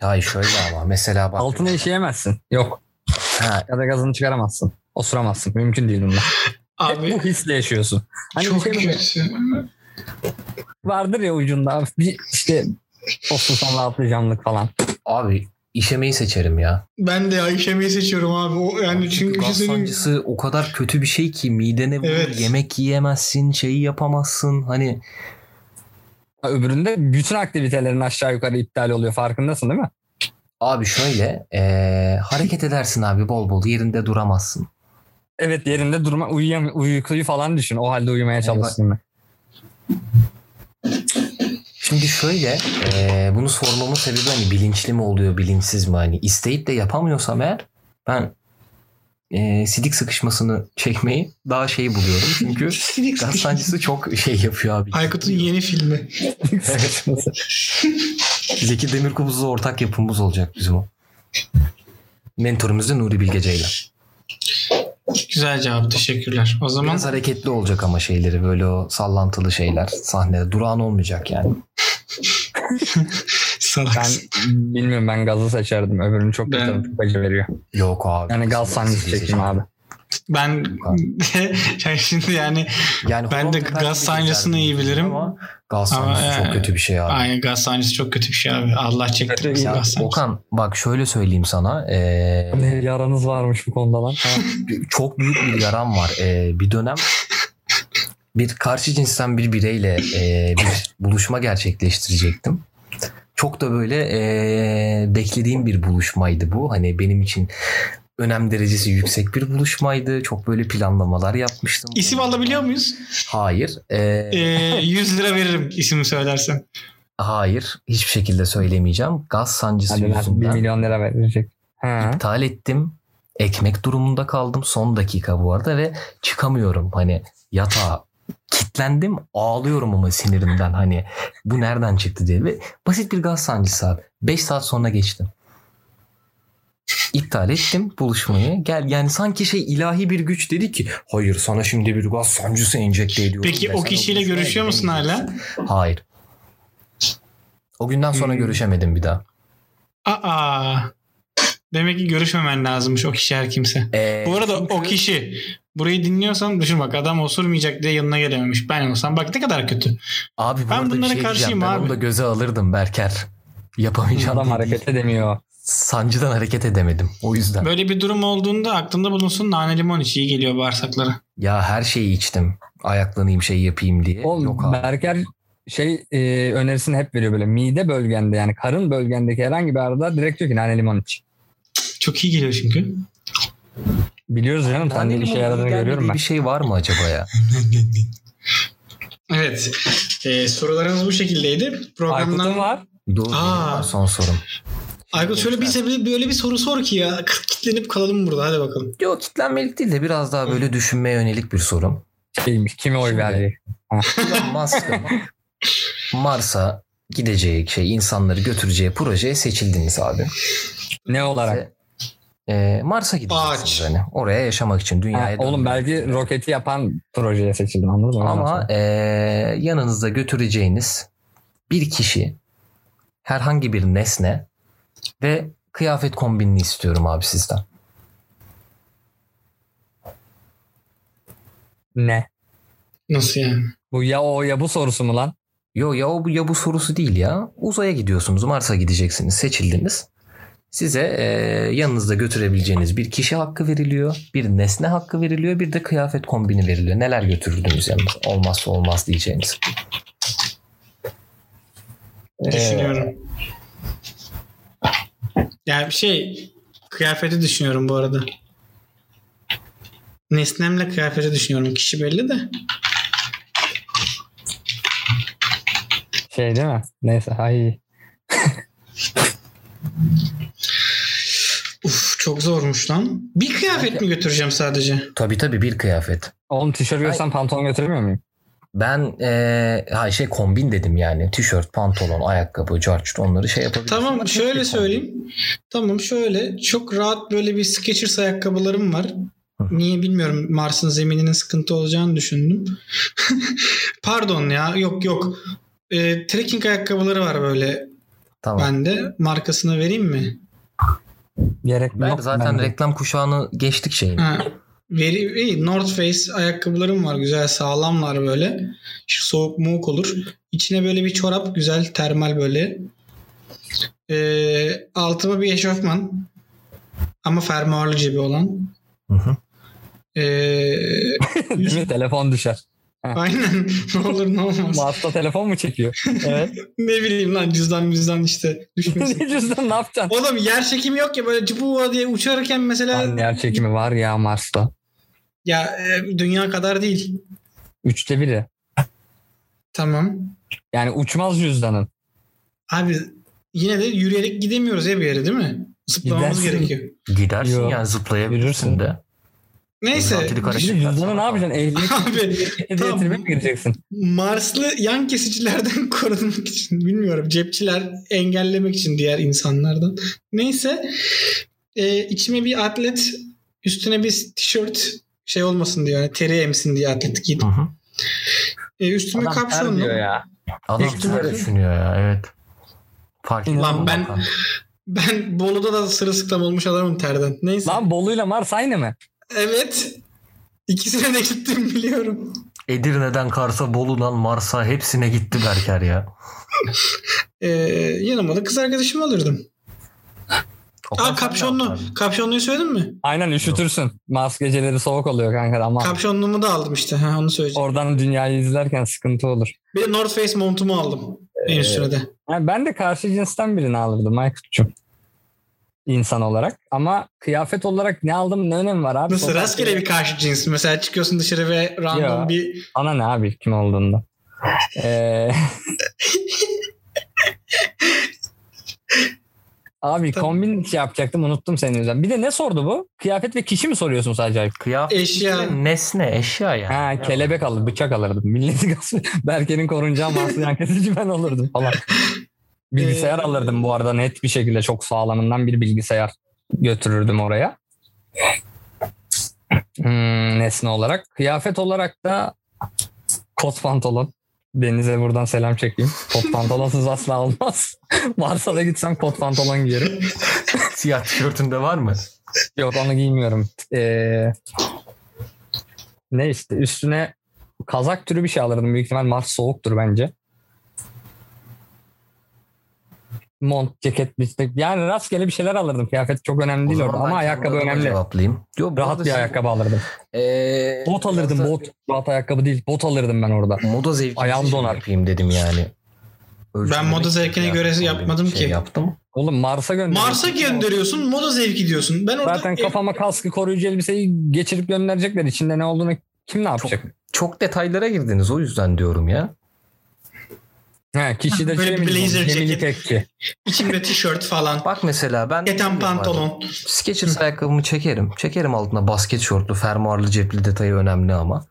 S1: Hayır şöyle ama mesela bak.
S2: Altına işeyemezsin. Yok.
S1: Ha,
S2: Ya da gazını çıkaramazsın. Osuramazsın. Mümkün değil bunlar. Hep bu
S3: Abi
S2: hisle yaşıyorsun. Hani bir
S3: çok
S2: şey böyle
S3: kötü.
S2: vardır ya ucunda. Bir işte osursam rahatlayacağımlık falan.
S1: abi işemeyi seçerim ya.
S3: Ben de Ayşeme'yi seçiyorum abi. O, yani çünkü şey
S1: Gaz
S3: senin
S1: sancısı o kadar kötü bir şey ki midene vurur,
S3: Evet.
S1: yemek yiyemezsin, şeyi yapamazsın. Hani
S2: Öbüründe bütün aktivitelerin aşağı yukarı iptal oluyor. Farkındasın değil mi?
S1: abi şöyle eee, hareket edersin abi bol bol yerinde duramazsın.
S2: Evet yerinde durma uyuyam uykuyu falan düşün. O halde uyumaya çalışsın.
S1: Şimdi şöyle eee, bunu sormamın sebebi hani bilinçli mi oluyor bilinçsiz mi hani isteyip de yapamıyorsam eğer ben eee, sidik sıkışmasını çekmeyi daha şey buluyorum çünkü gaz sancısı çok şey yapıyor abi.
S3: Aykut'un yeni filmi.
S1: Zeki Demirkubuz'la ortak yapımımız olacak bizim o. Mentorumuz da Nuri Bilge Ceylan.
S3: Güzel cevap teşekkürler. O zaman
S1: Biraz hareketli olacak ama şeyleri böyle o sallantılı şeyler sahnede durağan olmayacak yani.
S2: Ben
S3: salaksın.
S2: bilmiyorum ben gazı seçerdim. Öbürünü çok
S3: Ben-
S2: kötü çok acı veriyor.
S1: Yok abi.
S2: Yani gaz sancısı çekeyim abi.
S3: Ben, yani şimdi yani
S1: Yani
S3: Ben de
S1: Horon Teper
S3: gaz
S1: gibi
S3: sancısını
S1: gezerdim
S3: iyi bilirim.
S1: Ama gaz
S3: Ama
S1: sancısı
S3: e,
S1: çok kötü bir şey abi.
S3: ay gaz sancısı çok kötü bir şey abi. Allah çekti.
S1: Ya
S3: gaz sancısı.
S1: Okan bak şöyle söyleyeyim sana. ee,
S2: Ne yaranız varmış bu konuda lan. Ha.
S1: çok büyük bir yaram var. Ee, bir dönem bir karşı cinsten bir bireyle ee, bir buluşma gerçekleştirecektim. Çok da böyle ee, beklediğim bir buluşmaydı bu. Hani benim için önem derecesi yüksek bir buluşmaydı. Çok böyle planlamalar yapmıştım.
S3: İsim alabiliyor muyuz?
S1: Hayır. ee,
S3: Ee, 100 lira veririm isimi söylersen.
S1: hayır. Hiçbir şekilde söylemeyeceğim. Gaz sancısı
S2: Hadi lan 1
S1: yüzünden.
S2: milyon lira verecek. Ha.
S1: iptal ettim. Ekmek durumunda kaldım son dakika bu arada ve çıkamıyorum hani yatağa kitlendim ağlıyorum ama sinirimden hani bu nereden çıktı diye ve basit bir gaz sancısı abi 5 saat sonra geçtim İptal ettim buluşmayı gel yani sanki şey ilahi bir güç dedi ki hayır sana şimdi bir gaz sancısı enjekte ediyorum
S3: Peki
S1: ve
S3: o
S1: sen
S3: kişiyle
S1: buluşmaya
S3: görüşüyor musun
S1: gidemeyeceksin."
S3: hala?
S1: hayır o günden sonra
S2: Hmm.
S1: görüşemedim bir daha
S3: Aa. Demek ki görüşmemen lazımmış o kişi her kimse.
S2: E,
S1: Ee,
S3: Bu arada
S1: çünkü-
S3: o kişi burayı dinliyorsan düşün bak adam osurmayacak diye yanına gelememiş. Ben olsam bak ne kadar kötü.
S1: Abi bu
S3: Ben
S1: arada bir
S3: bunlara
S1: şey diyeceğim.
S3: karşıyım
S1: ben
S3: abi.
S1: onu da göze alırdım Berker. Yapamayacağım
S2: Adam
S1: diye
S2: hareket
S1: değil.
S2: edemiyor.
S1: Sancıdan hareket edemedim. O yüzden.
S3: Böyle bir durum olduğunda aklında bulunsun nane limon içi iyi geliyor bağırsaklara.
S1: Ya her şeyi içtim. Ayaklanayım şey yapayım diye.
S2: Oğlum
S1: Yok abi.
S2: Berker şey e, önerisini hep veriyor böyle mide bölgende yani karın bölgendeki herhangi bir ağrıda direkt diyor ki nane limon iç.
S3: Çok iyi geliyor çünkü.
S2: Biliyoruz canım
S1: Nane
S2: tannenin işe
S1: limonun
S2: yaradığını
S1: iyi
S2: şey görüyorum
S1: gelmediği
S2: ben.
S1: Bir şey var mı acaba ya?
S3: evet. Ee, sorularımız bu şekildeydi. Programdan
S2: Aykut'un var.
S1: Dur benim
S3: Aa.
S1: var son sorum.
S3: Aykut şöyle bize bir- böyle bir soru sor ki ya. Kitlenip kalalım burada. Hadi bakalım.
S1: Yok kitlenmelik değil de biraz daha böyle düşünmeye yönelik bir sorum.
S2: Şeymiş, kime oy
S1: Şimdi-
S2: verdi?
S1: Elon Musk'ın Mars'a gideceği şey insanları götüreceği projeye seçildiniz abi.
S2: Ne olarak?
S1: Ee, Mars'a gideceksiniz
S3: Ağaç.
S1: hani. Oraya yaşamak için
S2: Ha,
S1: dünyaya.
S2: oğlum
S1: dönmek.
S2: belki roketi yapan projeye seçildim anladın mı?
S1: Ama ee, yanınızda götüreceğiniz bir kişi herhangi bir nesne ve kıyafet kombinini istiyorum abi sizden.
S2: ne?
S3: Nasıl yani?
S2: Bu ya o ya bu sorusu mu lan?
S1: Yo ya o bu ya bu sorusu değil ya. Uzaya gidiyorsunuz, Mars'a gideceksiniz, seçildiniz. Size e, yanınızda götürebileceğiniz bir kişi hakkı veriliyor, bir nesne hakkı veriliyor, bir de kıyafet kombini veriliyor. Neler götürürdünüz yanınıza? Olmazsa olmaz diyeceğiniz.
S3: Düşünüyorum. Yani bir şey kıyafeti düşünüyorum bu arada. Nesnemle kıyafeti düşünüyorum. Kişi belli de.
S2: Şey değil mi? Neyse hay.
S3: Uf çok zormuş lan. Bir kıyafet mi götüreceğim sadece?
S1: Tabii tabii bir kıyafet.
S2: Oğlum tişört görsem pantolon götüremiyor muyum?
S1: Ben e, ha şey kombin dedim yani. Tişört, pantolon, ayakkabı, carçut onları şey yapabilirsin.
S3: Tamam
S1: Ama tek bir
S3: şöyle
S1: kombin.
S3: söyleyeyim. Tamam şöyle. Çok rahat böyle bir Skechers ayakkabılarım var.
S1: Hı.
S3: Niye bilmiyorum. Mars'ın zemininin sıkıntı olacağını düşündüm. Pardon ya. Yok yok. Ee, trekking ayakkabıları var böyle
S1: Tamam. Ben,
S3: bende. Markasını vereyim mi?
S2: Gerek yok.
S1: zaten
S2: bence.
S1: reklam kuşağını geçtik şeyin.
S3: Ha. Veri, iyi, North Face ayakkabılarım var. Güzel sağlamlar böyle. Şu soğuk muğuk olur. İçine böyle bir çorap. Güzel termal böyle. Ee, altıma bir eşofman. Ama fermuarlı cebi olan.
S1: Hı hı.
S3: Ee,
S2: Değil mi? Telefon düşer.
S3: aynen. ne olur ne olmaz.
S2: Mars'ta telefon mu çekiyor? Evet.
S3: ne bileyim lan cüzdan cüzdan işte düşmesin.
S2: ne cüzdan ne yapacaksın?
S3: Oğlum yer çekimi yok ya böyle cıbuğa diye uçarken mesela
S2: Lan yer çekimi var ya Mars'ta.
S3: ya e, dünya kadar değil.
S2: Üçte biri.
S3: Tamam.
S2: Yani uçmaz cüzdanın.
S3: Abi yine de yürüyerek gidemiyoruz ya bir yere değil mi? Zıplamamız
S2: Gidersin.
S3: gerekiyor.
S1: Gidersin
S2: Yo.
S1: yani zıplayabilirsin
S2: Yürürsün.
S1: de.
S3: Neyse
S1: Romantik
S2: Bir de
S1: hareketler
S2: Cüzdanı ne
S1: sana.
S2: yapacaksın? Ehliyet
S3: abi
S2: hediye
S3: tamam.
S2: tribüne mi gireceksin?
S3: Marslı yan kesicilerden korunmak için bilmiyorum cepçiler engellemek için diğer insanlardan. Neyse e, içime bir atlet üstüne bir tişört şey olmasın diye yani teri emsin diye atlet giydim.
S1: Hı hı.
S3: E, üstüme
S2: Adam ter
S3: kapşonlu.
S2: diyor ya.
S1: Adam
S2: Peki,
S1: sen
S2: evet.
S1: düşünüyor ya evet. Fark
S2: Lan
S1: ettim
S3: ben-
S1: Hakan.
S3: Ben Bolu'da da sırılsıklam olmuş adamım terden. Neyse.
S2: Lan Bolu'yla Mars aynı mı?
S3: Evet. İkisine de gittim biliyorum.
S1: Edirne'den Kars'a, Bolu'dan Mars'a hepsine gitti Berker ya.
S3: E, yanıma da kız arkadaşımı alırdım. Aa kapşonlu. Kapşonluyu söyledin mi?
S2: Aynen üşütürsün. Mars geceleri soğuk oluyor kanka ama
S3: Kapşonlumu da aldım işte. Ha, onu söyleyeceğim.
S2: oradan dünyayı izlerken sıkıntı olur.
S3: Bir de North Face montumu aldım. En
S1: Ee,
S3: üstüne de.
S2: Yani ben de karşı cinsten birini alırdım Aykut'cum. İnsan olarak. Ama kıyafet olarak ne aldım ne önemi var abi?
S3: Nasıl
S2: Sokak-
S1: şey.
S3: rastgele bir karşı cins. Mesela çıkıyorsun dışarı ve random
S2: Ya.
S3: bir
S2: Ana ne abi kim olduğunda. Ee, Abi
S3: Tabii.
S2: kombin şey yapacaktım unuttum senin yüzünden. Bir de ne sordu bu? Kıyafet ve kişi mi soruyorsun sadece? Aykut?
S1: Kıyafet
S3: eşya.
S1: nesne, eşya yani.
S2: Ha
S1: Ne
S2: kelebek alır, bıçak alırdım. Milleti gasp. Berke'nin koruncağı Mansur Yankesici ben alırdım falan. Bilgisayar
S3: Ee,
S2: alırdım bu arada net bir şekilde çok sağlamından bir bilgisayar götürürdüm oraya. Hmm, nesne olarak. Kıyafet olarak da kot pantolon. Denize buradan selam çekeyim. Kot pantolonsuz asla olmaz. Varsa da gitsem kot pantolon giyerim.
S1: var? Siyah tişörtünde var mı?
S2: Yok onu giymiyorum. Ee, ne işte üstüne kazak türü bir şey alırdım. Büyük ihtimal Mars soğuktur bence. mont, ceket, bisiklet. Yani rastgele bir şeyler alırdım. Kıyafet çok önemli
S1: O
S2: değil
S1: zaman
S2: orada.
S1: ben
S2: Ama
S1: kendi
S2: ayakkabı
S1: adıma
S2: önemli.
S1: Cevaplayayım. Yo, bu arada
S2: Rahat bir
S1: siz,
S2: ayakkabı alırdım.
S1: eee,
S2: Bot alırdım
S1: biraz da
S2: bot. Rahat ayakkabı değil. Bot alırdım ben orada.
S1: Moda zevkini
S2: Ayağım donar.
S1: yapayım dedim yani.
S3: Ben moda zevkine
S1: için
S3: göre
S1: yaptım,
S3: yapmadım
S1: şey
S3: ki.
S1: Yaptım.
S2: Oğlum Mars'a gönderiyorum.
S3: Mars'a gönderiyorsun moda zevki diyorsun. Ben orada
S2: Zaten kafama kaskı koruyucu elbiseyi geçirip gönderecekler. İçinde ne olduğunu kim ne yapacak?
S1: Çok detaylara girdiniz o yüzden diyorum ya.
S2: He, kişi de
S3: Böyle
S2: şey mi?
S3: bir blazer
S2: Gemili
S3: ceket.
S2: tekçi.
S3: içimde tişört falan.
S1: Bak mesela ben
S3: Keten pantolon.
S1: Skechers ayakkabımı çekerim. Çekerim altına basket şortlu, fermuarlı cepli detayı önemli ama.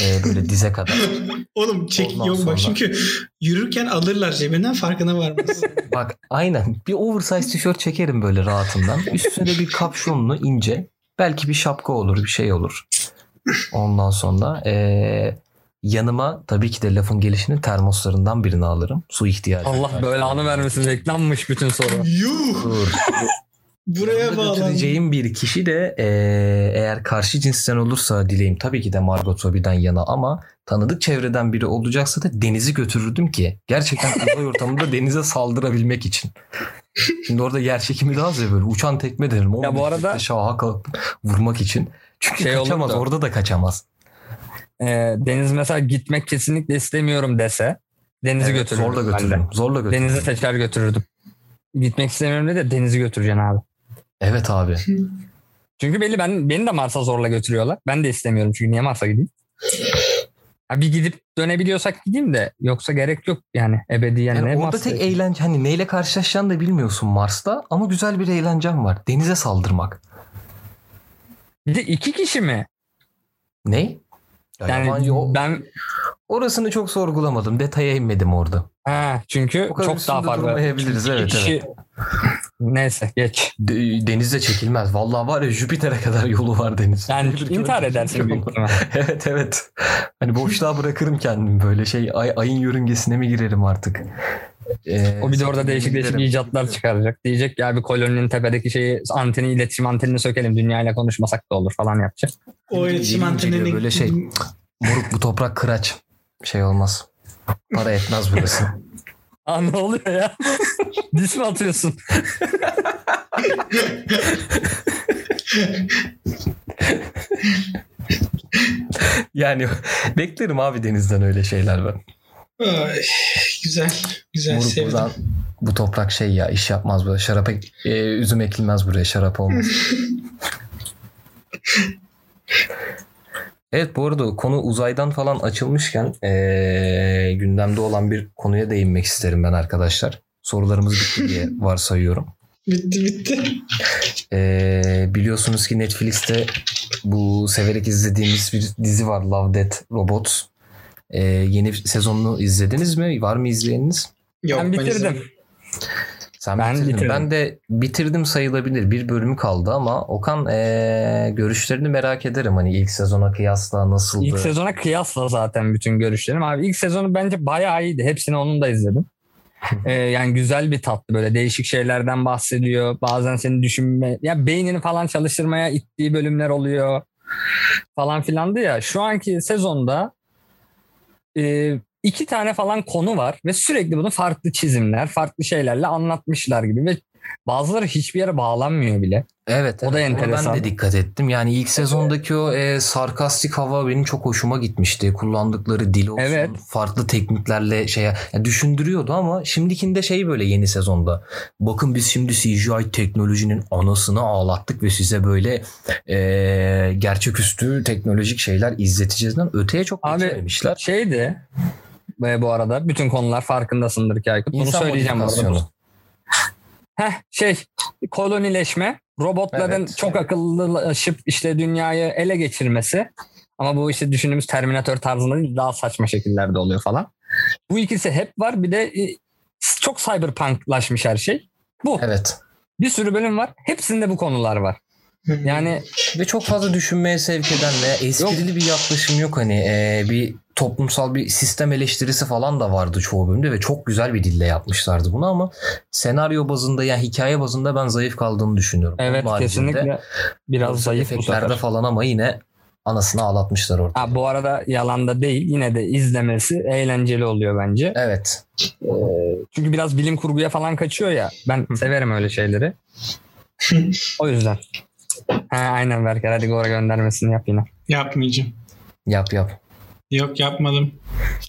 S1: Ee, böyle dize kadar.
S3: Oğlum çek
S1: Ondan
S3: yok bak
S1: sonra.
S3: çünkü yürürken alırlar cebinden farkına varmaz.
S1: Bak aynen bir oversize tişört çekerim böyle rahatından. Üstüne de bir kapşonlu ince. Belki bir şapka olur bir şey olur. Ondan sonra ee, yanıma tabii ki de lafın gelişini termoslarından birini alırım. Su ihtiyacı.
S2: Allah böyle anı vermesin. Reklammış bütün soru.
S3: Yuh
S1: Dur.
S3: buraya
S1: Yanımda
S3: bağlan.
S1: götüreceğim bir kişi de e, eğer karşı cinsten olursa dileğim tabii ki de Margot Robbie'den yana ama tanıdık çevreden biri olacaksa da Deniz'i götürürdüm ki. Gerçekten uzay ortamında Deniz'e saldırabilmek için. Şimdi orada yer çekimi de az ya böyle uçan tekme derim.
S2: Ya bu
S1: 11
S2: arada-
S1: tekte şaha kalkıp vurmak için. Çünkü
S2: Şey olur
S1: kaçamaz
S2: da-
S1: orada da kaçamaz.
S2: Ee, Deniz mesela gitmek kesinlikle istemiyorum dese. Deniz'i
S1: Evet,
S2: götürürdüm.
S1: zorla
S2: ben de.
S1: götürürüm. Zorla götürürüm.
S2: Denizi seçer götürürdüm. Gitmek istemiyorum dedi de denizi götüreceksin abi.
S1: Evet abi.
S2: Çünkü belli ben beni de Mars'a zorla götürüyorlar. Ben de istemiyorum çünkü niye Mars'a gideyim? Ha bir gidip dönebiliyorsak gideyim de yoksa gerek yok yani ebediyen
S1: Yani
S2: ne
S1: orada
S2: Mars'a
S1: tek
S2: gideyim?
S1: eğlence hani neyle karşılaşacağını da bilmiyorsun Mars'ta ama güzel bir eğlencen var. Denize saldırmak.
S2: Bir de iki kişi mi?
S1: Ne? Ya
S2: Yani
S1: yabancı o-
S2: ben
S1: Orasını çok sorgulamadım. Detaya inmedim orada.
S2: ha, çünkü
S1: O kadar
S2: çok daha
S1: üstünde
S2: fazla
S1: durmayabiliriz. Evet,
S2: kişi
S1: evet.
S2: Neyse geç.
S1: De- denizde çekilmez. Vallahi var ya Jüpiter'e kadar yolu var deniz.
S2: Yani
S1: Bir
S2: intihar
S1: kere-
S2: edersin büyük ihtimal.
S1: evet evet. Hani boşluğa bırakırım kendimi böyle şey ay, ayın yörüngesine mi girerim artık? Ee,
S2: O bir de orada
S1: sakın
S2: değişik değişik
S1: giderim.
S2: icatlar çıkaracak. Diyecek ki abi koloninin tepedeki şeyi anteni iletişim antenini sökelim dünyayla konuşmasak da olur falan yapacak.
S3: O
S1: Yeni
S3: iletişim
S1: geliyor,
S3: antenlerine
S1: böyle şey. Moruk bu toprak kıraç. Şey olmaz. Para etmez burası.
S2: Aa ne oluyor ya? Dis mi atıyorsun?
S1: yani beklerim abi denizden öyle şeyler ben.
S3: Ay, güzel güzel
S1: Moruk
S3: sevdim.
S1: buradan bu toprak şey ya iş yapmaz böyle şarap ek- e, üzüm ekilmez buraya şarap olmaz. evet bu arada konu uzaydan falan açılmışken e, gündemde olan bir konuya değinmek isterim ben arkadaşlar. Sorularımız bitti diye varsayıyorum.
S3: Bitti bitti.
S1: E, biliyorsunuz ki Netflix'te bu severek izlediğimiz bir dizi var Love Death Robots. E, yeni sezonunu izlediniz mi? Var mı izleyeniniz?
S3: Yok,
S2: ben bitirdim.
S3: izlemedim.
S1: Sen
S2: Ben
S1: bitirdin.
S2: bitirdim.
S1: Ben de bitirdim sayılabilir. Bir bölümü kaldı ama Okan eee, görüşlerini merak ederim. Hani ilk sezona kıyasla nasıldı?
S2: İlk sezona kıyasla zaten bütün görüşlerim. Abi ilk sezonu bence bayağı iyiydi. Hepsini onun da izledim. Ee, yani güzel bir tatlı böyle değişik şeylerden bahsediyor. Bazen seni düşünme ya beynini falan çalıştırmaya ittiği bölümler oluyor falan filandı ya. Şu anki sezonda e, iki tane falan konu var ve sürekli bunu farklı çizimler, farklı şeylerle anlatmışlar gibi ve bazıları hiçbir yere bağlanmıyor bile.
S1: Evet.
S2: O
S1: evet.
S2: da
S1: Ona
S2: enteresan.
S1: Ben de dikkat ettim. Yani ilk sezondaki o eee, sarkastik hava benim çok hoşuma gitmişti. Kullandıkları dil olsun.
S2: Evet.
S1: Farklı tekniklerle şey ya düşündürüyordu ama şimdikinde şey böyle yeni sezonda. Bakın biz şimdi CGI teknolojinin anasını ağlattık ve size böyle eee gerçeküstü teknolojik şeyler izleteceğizden öteye çok
S2: Abi,
S1: geçmemişler.
S2: Şeydi ve bu arada bütün konular farkındasındır ki Aykut. Bunu
S1: İnsan
S2: söyleyeceğim bu arada.
S1: modifikasyonu.
S2: Heh, şey kolonileşme robotların
S1: Evet.
S2: çok akıllılaşıp işte dünyayı ele geçirmesi ama bu işte düşündüğümüz Terminator tarzında değil daha saçma şekillerde oluyor falan. Bu ikisi hep var bir de e, çok cyberpunklaşmış her şey. Bu
S1: Evet.
S2: bir sürü bölüm var hepsinde bu konular var. Yani
S1: Ve çok fazla düşünmeye sevk eden ve esprili bir yaklaşım yok hani Ee, bir toplumsal bir sistem eleştirisi falan da vardı çoğu bölümde ve çok güzel bir dille yapmışlardı bunu ama senaryo bazında yani hikaye bazında ben zayıf kaldığını düşünüyorum.
S2: evet
S1: Onun haricinde
S2: kesinlikle biraz
S1: görsel
S2: zayıf bu
S1: efektlerde
S2: sefer.
S1: falan ama yine Anasını ağlatmışlar orada.
S2: Ha, bu arada yalanda değil yine de izlemesi eğlenceli oluyor bence.
S1: Evet.
S2: Çünkü biraz bilim kurguya falan kaçıyor ya. Ben severim öyle şeyleri. o yüzden. Ha, aynen Berker hadi Gora göndermesini yap yine.
S3: Yapmayacağım.
S1: Yap yap.
S3: Yok yapmadım.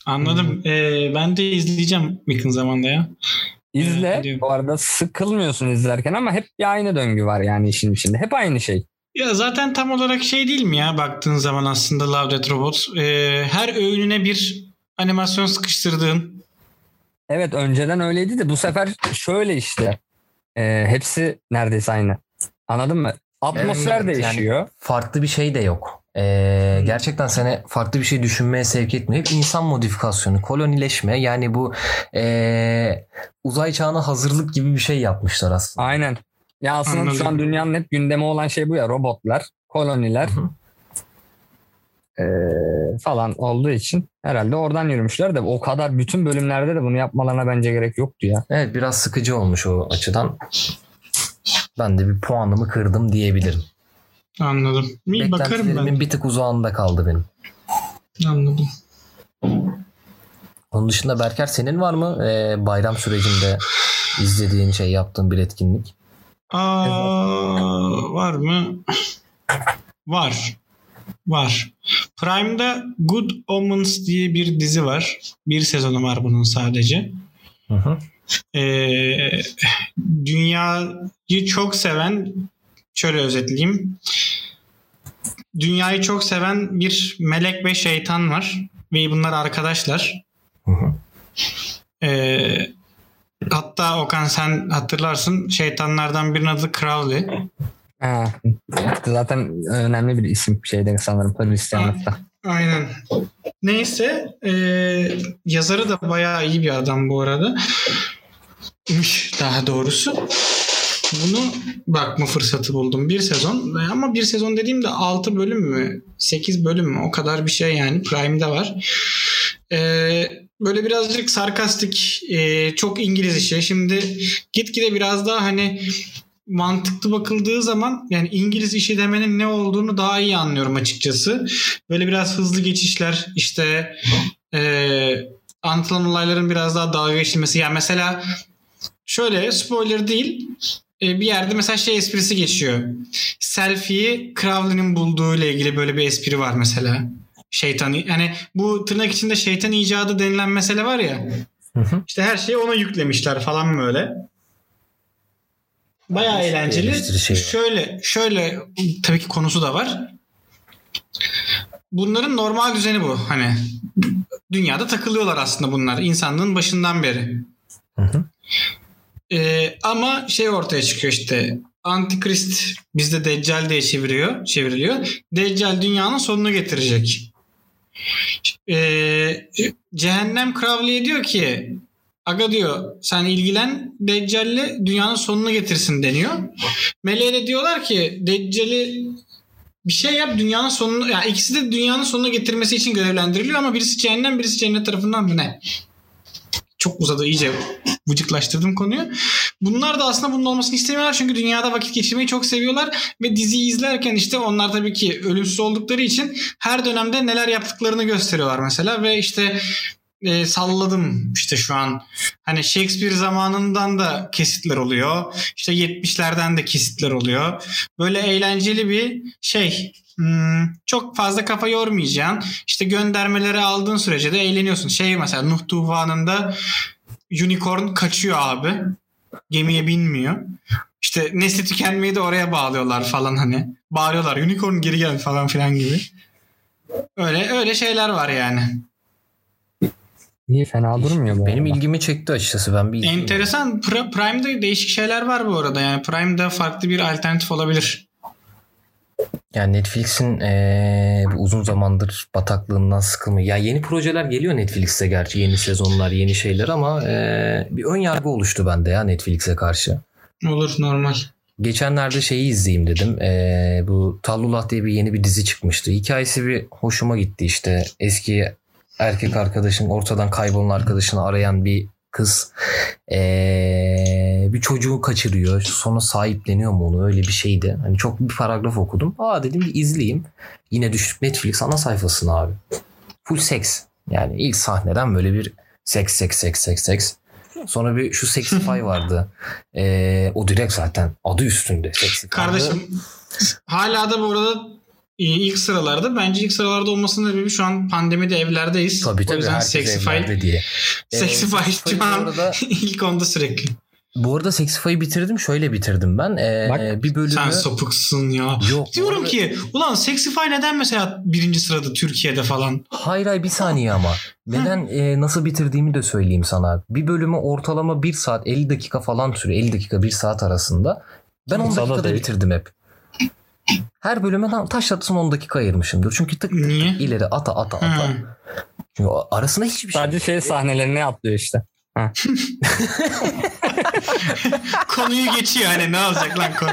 S3: Anladım. Ee, ben de izleyeceğim yakın zamanda ya. Evet,
S2: İzle.
S3: biliyorum.
S2: bu arada sıkılmıyorsun izlerken ama hep bir aynı döngü var yani işin içinde. Hep aynı şey.
S3: Ya zaten tam olarak şey değil mi ya baktığın zaman aslında Love Death Robots. Ee, her öğününe bir animasyon sıkıştırdığın.
S2: Evet önceden öyleydi de bu sefer şöyle işte. Ee, hepsi neredeyse aynı. Anladın mı? Atmosfer
S1: Evet, yani-
S2: değişiyor.
S1: Farklı bir şey de yok.
S3: Hmm.
S1: Ee, gerçekten seni farklı bir şey düşünmeye sevk etmiyor. Hep insan modifikasyonu, kolonileşme yani bu ee, uzay çağına hazırlık gibi bir şey yapmışlar aslında.
S2: Aynen. Ya aslında
S3: Anladım.
S2: şu an dünyanın hep gündemi olan şey bu ya robotlar, koloniler
S1: Hı hı.
S2: eee, falan olduğu için herhalde oradan yürümüşler de o kadar bütün bölümlerde de bunu yapmalarına bence gerek yoktu ya.
S1: Evet biraz sıkıcı olmuş o açıdan. Ben de bir puanımı kırdım diyebilirim.
S3: Anladım. Bir bakarım
S1: Beklentilerimin
S3: ben.
S1: bir tık uzağında kaldı benim.
S3: Anladım.
S1: Onun dışında Berker senin var mı ee, bayram sürecinde izlediğin şey yaptığın bir etkinlik?
S3: Aa, var mı? Var. Var. Prime'da Good Omens diye bir dizi var. Bir sezonu var bunun sadece.
S1: Hı hı.
S3: Ee, dünyayı çok seven şöyle özetleyeyim. Dünyayı çok seven bir melek ve şeytan var. Ve bunlar arkadaşlar.
S1: Hı hı.
S3: Ee, hatta Okan sen hatırlarsın şeytanlardan birinin adı Crowley.
S2: Ha. Zaten önemli bir isim şeyde sanırım Hristiyanlıkta.
S3: Aynen. Neyse eee, yazarı da bayağı iyi bir adam bu arada. Üş, Daha doğrusu. Bunu bakma fırsatı buldum. Bir sezon e, ama bir sezon dediğimde 6 bölüm mü 8 bölüm mü o kadar bir şey yani Prime'da var. Eee, böyle birazcık sarkastik eee, çok İngiliz işi. Şimdi gitgide biraz daha hani mantıklı bakıldığı zaman yani İngiliz işi demenin ne olduğunu daha iyi anlıyorum açıkçası. Böyle biraz hızlı geçişler işte eee anlatılan olayların biraz daha dalga geçilmesi. Yani mesela şöyle spoiler değil e, bir yerde mesela şey esprisi geçiyor. Selfie'yi Crowley'nin bulduğu ile ilgili böyle bir espri var mesela. Şeytan yani bu tırnak içinde şeytan icadı denilen mesele var ya.
S1: Hı hı.
S3: İşte her şeyi ona yüklemişler falan böyle. Bayağı eğlenceli.
S1: eleştiri şey var.
S3: şöyle şöyle tabii ki konusu da var. Bunların normal düzeni bu. Hani dünyada takılıyorlar aslında bunlar insanlığın başından beri.
S1: Hı hı.
S3: Ee, ama şey ortaya çıkıyor işte. Antikrist bizde Deccal diye çeviriyor, çevriliyor. Deccal dünyanın sonunu getirecek. Ee, Cehennem Crowley'e diyor ki Aga diyor sen ilgilen Deccal'le dünyanın sonunu getirsin deniyor. Meleğe de diyorlar ki Deccal'i bir şey yap dünyanın sonunu ya ikisi de dünyanın sonunu getirmesi için görevlendiriliyor ama birisi cehennem birisi cennet tarafından mı ne? Çok uzadı iyice vıcıklaştırdım konuyu. Bunlar da aslında bunun olmasını istemiyorlar çünkü dünyada vakit geçirmeyi çok seviyorlar ve diziyi izlerken işte onlar tabii ki ölümsüz oldukları için her dönemde neler yaptıklarını gösteriyorlar mesela ve işte e, salladım işte şu an hani Shakespeare zamanından da kesitler oluyor işte 70'lerden de kesitler oluyor böyle eğlenceli bir şey Hmm, çok fazla kafa yormayacaksın işte göndermeleri aldığın sürece de eğleniyorsun şey mesela Nuh Tufanı'nda unicorn kaçıyor abi gemiye binmiyor işte nesli tükenmeyi de oraya bağlıyorlar falan hani bağırıyorlar unicorn geri gel falan filan gibi öyle öyle şeyler var yani
S2: İyi fena durmuyor bu.
S1: Benim
S2: arada.
S1: ilgimi çekti açıkçası. Ben bir izleyeyim.
S3: Enteresan. Pri- Prime'de değişik şeyler var bu arada. Yani Prime'de farklı bir alternatif olabilir.
S1: Yani Netflix'in eee, bu uzun zamandır bataklığından sıkılmıyor. Ya yeni projeler geliyor Netflix'e gerçi yeni sezonlar, yeni şeyler ama eee, bir ön yargı oluştu bende ya Netflix'e karşı.
S3: Olur normal.
S1: Geçenlerde şeyi izleyeyim dedim. Eee, bu Tallulah diye bir yeni bir dizi çıkmıştı. Hikayesi bir hoşuma gitti işte. Eski erkek arkadaşın ortadan kaybolan arkadaşını arayan bir kız eee, Ee, bir çocuğu kaçırıyor. Sonra sahipleniyor mu onu? Öyle bir şeydi. Hani çok bir paragraf okudum. Aa dedim bir izleyeyim. Yine düştük Netflix ana sayfasına abi. Full seks. Yani ilk sahneden böyle bir seks seks seks seks seks. Sonra bir şu Sexify vardı. Ee, o direkt zaten adı üstünde. Sexify.
S3: Kardeşim hala da bu arada e, ilk sıralarda. Bence ilk sıralarda olmasının sebebi şu an pandemide evlerdeyiz.
S1: Tabii tabii.
S3: O yüzden
S1: herkes
S3: Sexify,
S1: evlerde diye. Ee,
S3: Sexify şu
S1: bu
S3: an
S1: arada-
S3: ilk onda sürekli.
S1: Bu arada Sexify'ı bitirdim. Şöyle bitirdim ben. Ee,
S2: Bak,
S1: bir bölümü...
S3: Sen sapıksın ya.
S1: Yok, bu
S3: Diyorum
S1: arada-
S3: ki ulan Sexify neden mesela birinci sırada Türkiye'de falan?
S1: Hayır hayır bir saniye ama. Neden e, nasıl bitirdiğimi de söyleyeyim sana. Bir bölümü ortalama 1 saat 50 dakika falan sürüyor. 50 dakika 1 saat arasında. Ben 10
S5: Sana
S1: dakikada
S5: değil.
S1: bitirdim hep. Her bölüme tam taş tatlısına 10 dakika ayırmışımdır. Çünkü tık tık
S3: Niye?
S1: ileri ata ata ata.
S3: Ha.
S1: Çünkü arasında hiçbir şey.
S2: Sadece şey sahnelerini atlıyor işte.
S3: Konuyu geçiyor hani ne olacak lan konu.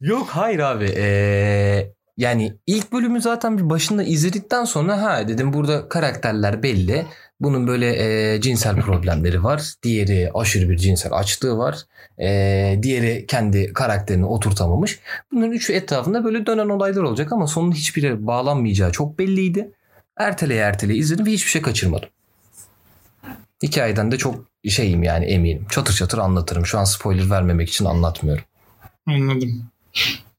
S1: Yok hayır abi. Ee, yani ilk bölümü zaten bir başında izledikten sonra ha dedim burada karakterler belli. Bunun böyle ee, cinsel problemleri var. Diğeri aşırı bir cinsel açlığı var. Ee, diğeri kendi karakterini oturtamamış. Bunların üçü etrafında böyle dönen olaylar olacak ama sonun hiçbiri bağlanmayacağı çok belliydi. Erteleye erteleye izledim ve hiçbir şey kaçırmadım. Hikayeden de çok şeyim yani eminim. Çatır çatır anlatırım. Şu an spoiler vermemek için anlatmıyorum.
S3: Anladım.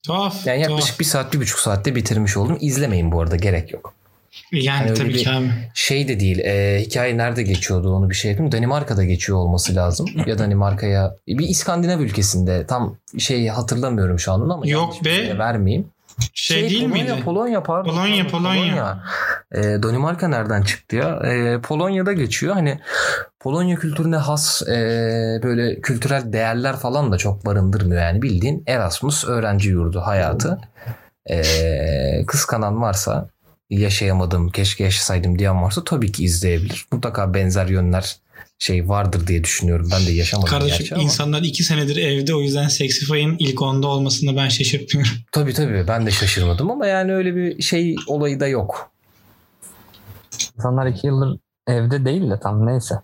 S3: Tuhaf.
S1: Yani
S3: tuhaf.
S1: yaklaşık bir saat, bir buçuk saatte bitirmiş oldum. İzlemeyin bu arada gerek yok.
S3: Yani
S1: Hani
S3: tabii
S1: öyle
S3: ki abi.
S1: Şey de değil, e, hikaye nerede geçiyordu onu bir şey yapayım. Danimarka'da geçiyor olması lazım. ya Danimarka'ya, bir İskandinav ülkesinde tam şey hatırlamıyorum şu an onu ama
S3: Yok
S1: yanlış bir
S3: be.
S1: şey de vermeyeyim.
S3: Şey, değil
S1: Polonya,
S3: miydi?
S1: Polonya pardon.
S3: Polonya, Polonya.
S1: E, Danimarka nereden çıktı ya? E, Polonya'da geçiyor. Hani Polonya kültürüne has e, böyle kültürel değerler falan da çok barındırmıyor. Yani bildiğin Erasmus öğrenci yurdu hayatı. E, kıskanan varsa yaşayamadım keşke yaşasaydım diyen varsa tabii ki izleyebilir. Mutlaka benzer yönler şey vardır diye düşünüyorum. Ben de yaşamadım
S3: Kardeşim
S1: gerçi ama.
S3: insanlar iki senedir evde o yüzden Sexify'ın ilk onda olmasında ben şaşırtmıyorum.
S1: Tabii tabii ben de şaşırmadım ama yani öyle bir şey olayı da yok.
S2: İnsanlar iki yıldır evde değil de tam neyse.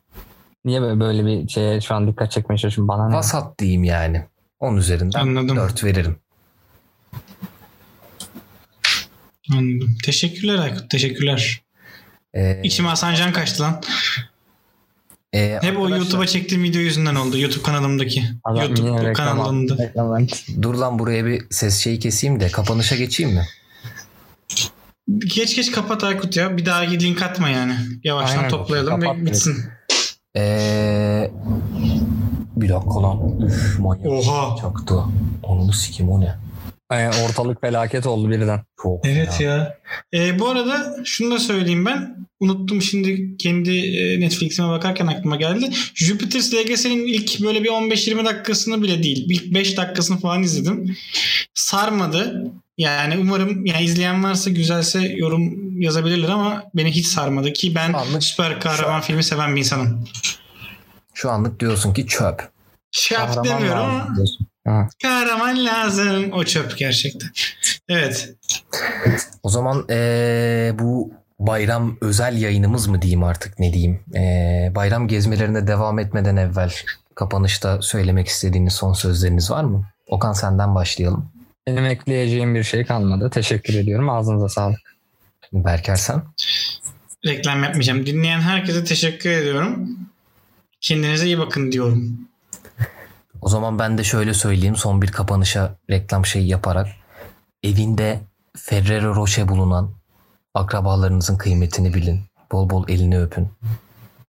S2: Niye böyle, böyle bir şeye şu an dikkat çekmeye çalışıyorum bana ne?
S1: Vasat diyeyim yani. 10 üzerinden
S3: Anladım.
S1: 4 veririm.
S3: Anladım. Teşekkürler Aykut. Teşekkürler.
S1: Ee,
S3: İçime Hasan Can kaçtı lan.
S1: e,
S3: Hep o
S1: arkadaşlar-
S3: YouTube'a çektiğim video yüzünden oldu. YouTube kanalımdaki.
S2: Adam yine
S3: YouTube
S2: reklam
S3: kanalımda.
S2: aldı, reklam aldı.
S1: Dur lan buraya bir ses şeyi keseyim de kapanışa geçeyim mi?
S3: Geç geç kapat Aykut ya. Bir daha link atma yani. Yavaştan
S2: Aynen.
S3: toplayalım
S2: Kapat
S3: ve
S2: direkt.
S3: bitsin.
S1: Ee, bir dakika lan. Üf manyak.
S3: Oha.
S1: Çaktı. Onu sikim o ne?
S2: Ee, ortalık felaket oldu birden.
S1: Çok
S3: Evet
S1: fena.
S3: ya. Ee, bu arada şunu da söyleyeyim ben. Unuttum şimdi kendi e, Netflix'ime bakarken aklıma geldi. Jupiter's Legacy'nin ilk böyle bir 15-20 dakikasını bile değil. İlk 5 dakikasını falan izledim. Sarmadı. Yani umarım yani izleyen varsa güzelse yorum yazabilirler ama beni hiç sarmadı ki ben
S1: Anlık.
S3: süper kahraman filmi seven bir insanım.
S1: Şu anlık diyorsun ki çöp.
S3: Şaf
S2: Kahraman
S3: Şey demiyorum
S2: lazım
S3: ama
S2: diyorsun. Ha.
S3: kahraman lazım. O çöp gerçekten. Evet.
S1: O zaman ee, bu bayram özel yayınımız mı diyeyim artık ne diyeyim? Ee, bayram gezmelerine devam etmeden evvel kapanışta söylemek istediğiniz son sözleriniz var mı? Okan senden başlayalım.
S2: Benim ekleyeceğim bir şey kalmadı. Teşekkür ediyorum. Ağzınıza sağlık.
S1: Berker sen.
S3: reklam yapmayacağım. Dinleyen herkese teşekkür ediyorum. Kendinize iyi bakın diyorum.
S1: O zaman ben de şöyle söyleyeyim son bir kapanışa reklam şeyi yaparak. Evinde Ferrero Rocher bulunan akrabalarınızın kıymetini bilin. Bol bol elini öpün.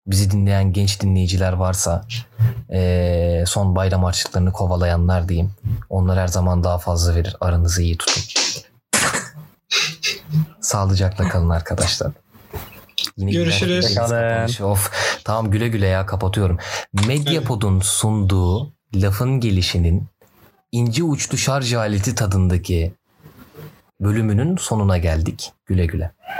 S1: Bizi dinleyen genç dinleyiciler varsa eee, son bayram harçlıklarını kovalayanlar diyeyim. Onlar her zaman daha fazla verir. Aranızı iyi tutun. Sağlıcakla kalın arkadaşlar. Yine güzel
S3: Görüşürüz.
S1: bir kapanış. Of. Tamam güle güle ya kapatıyorum. Medyapod'un sunduğu lafın gelişinin ince uçlu şarj aleti tadındaki bölümünün sonuna geldik. Güle güle.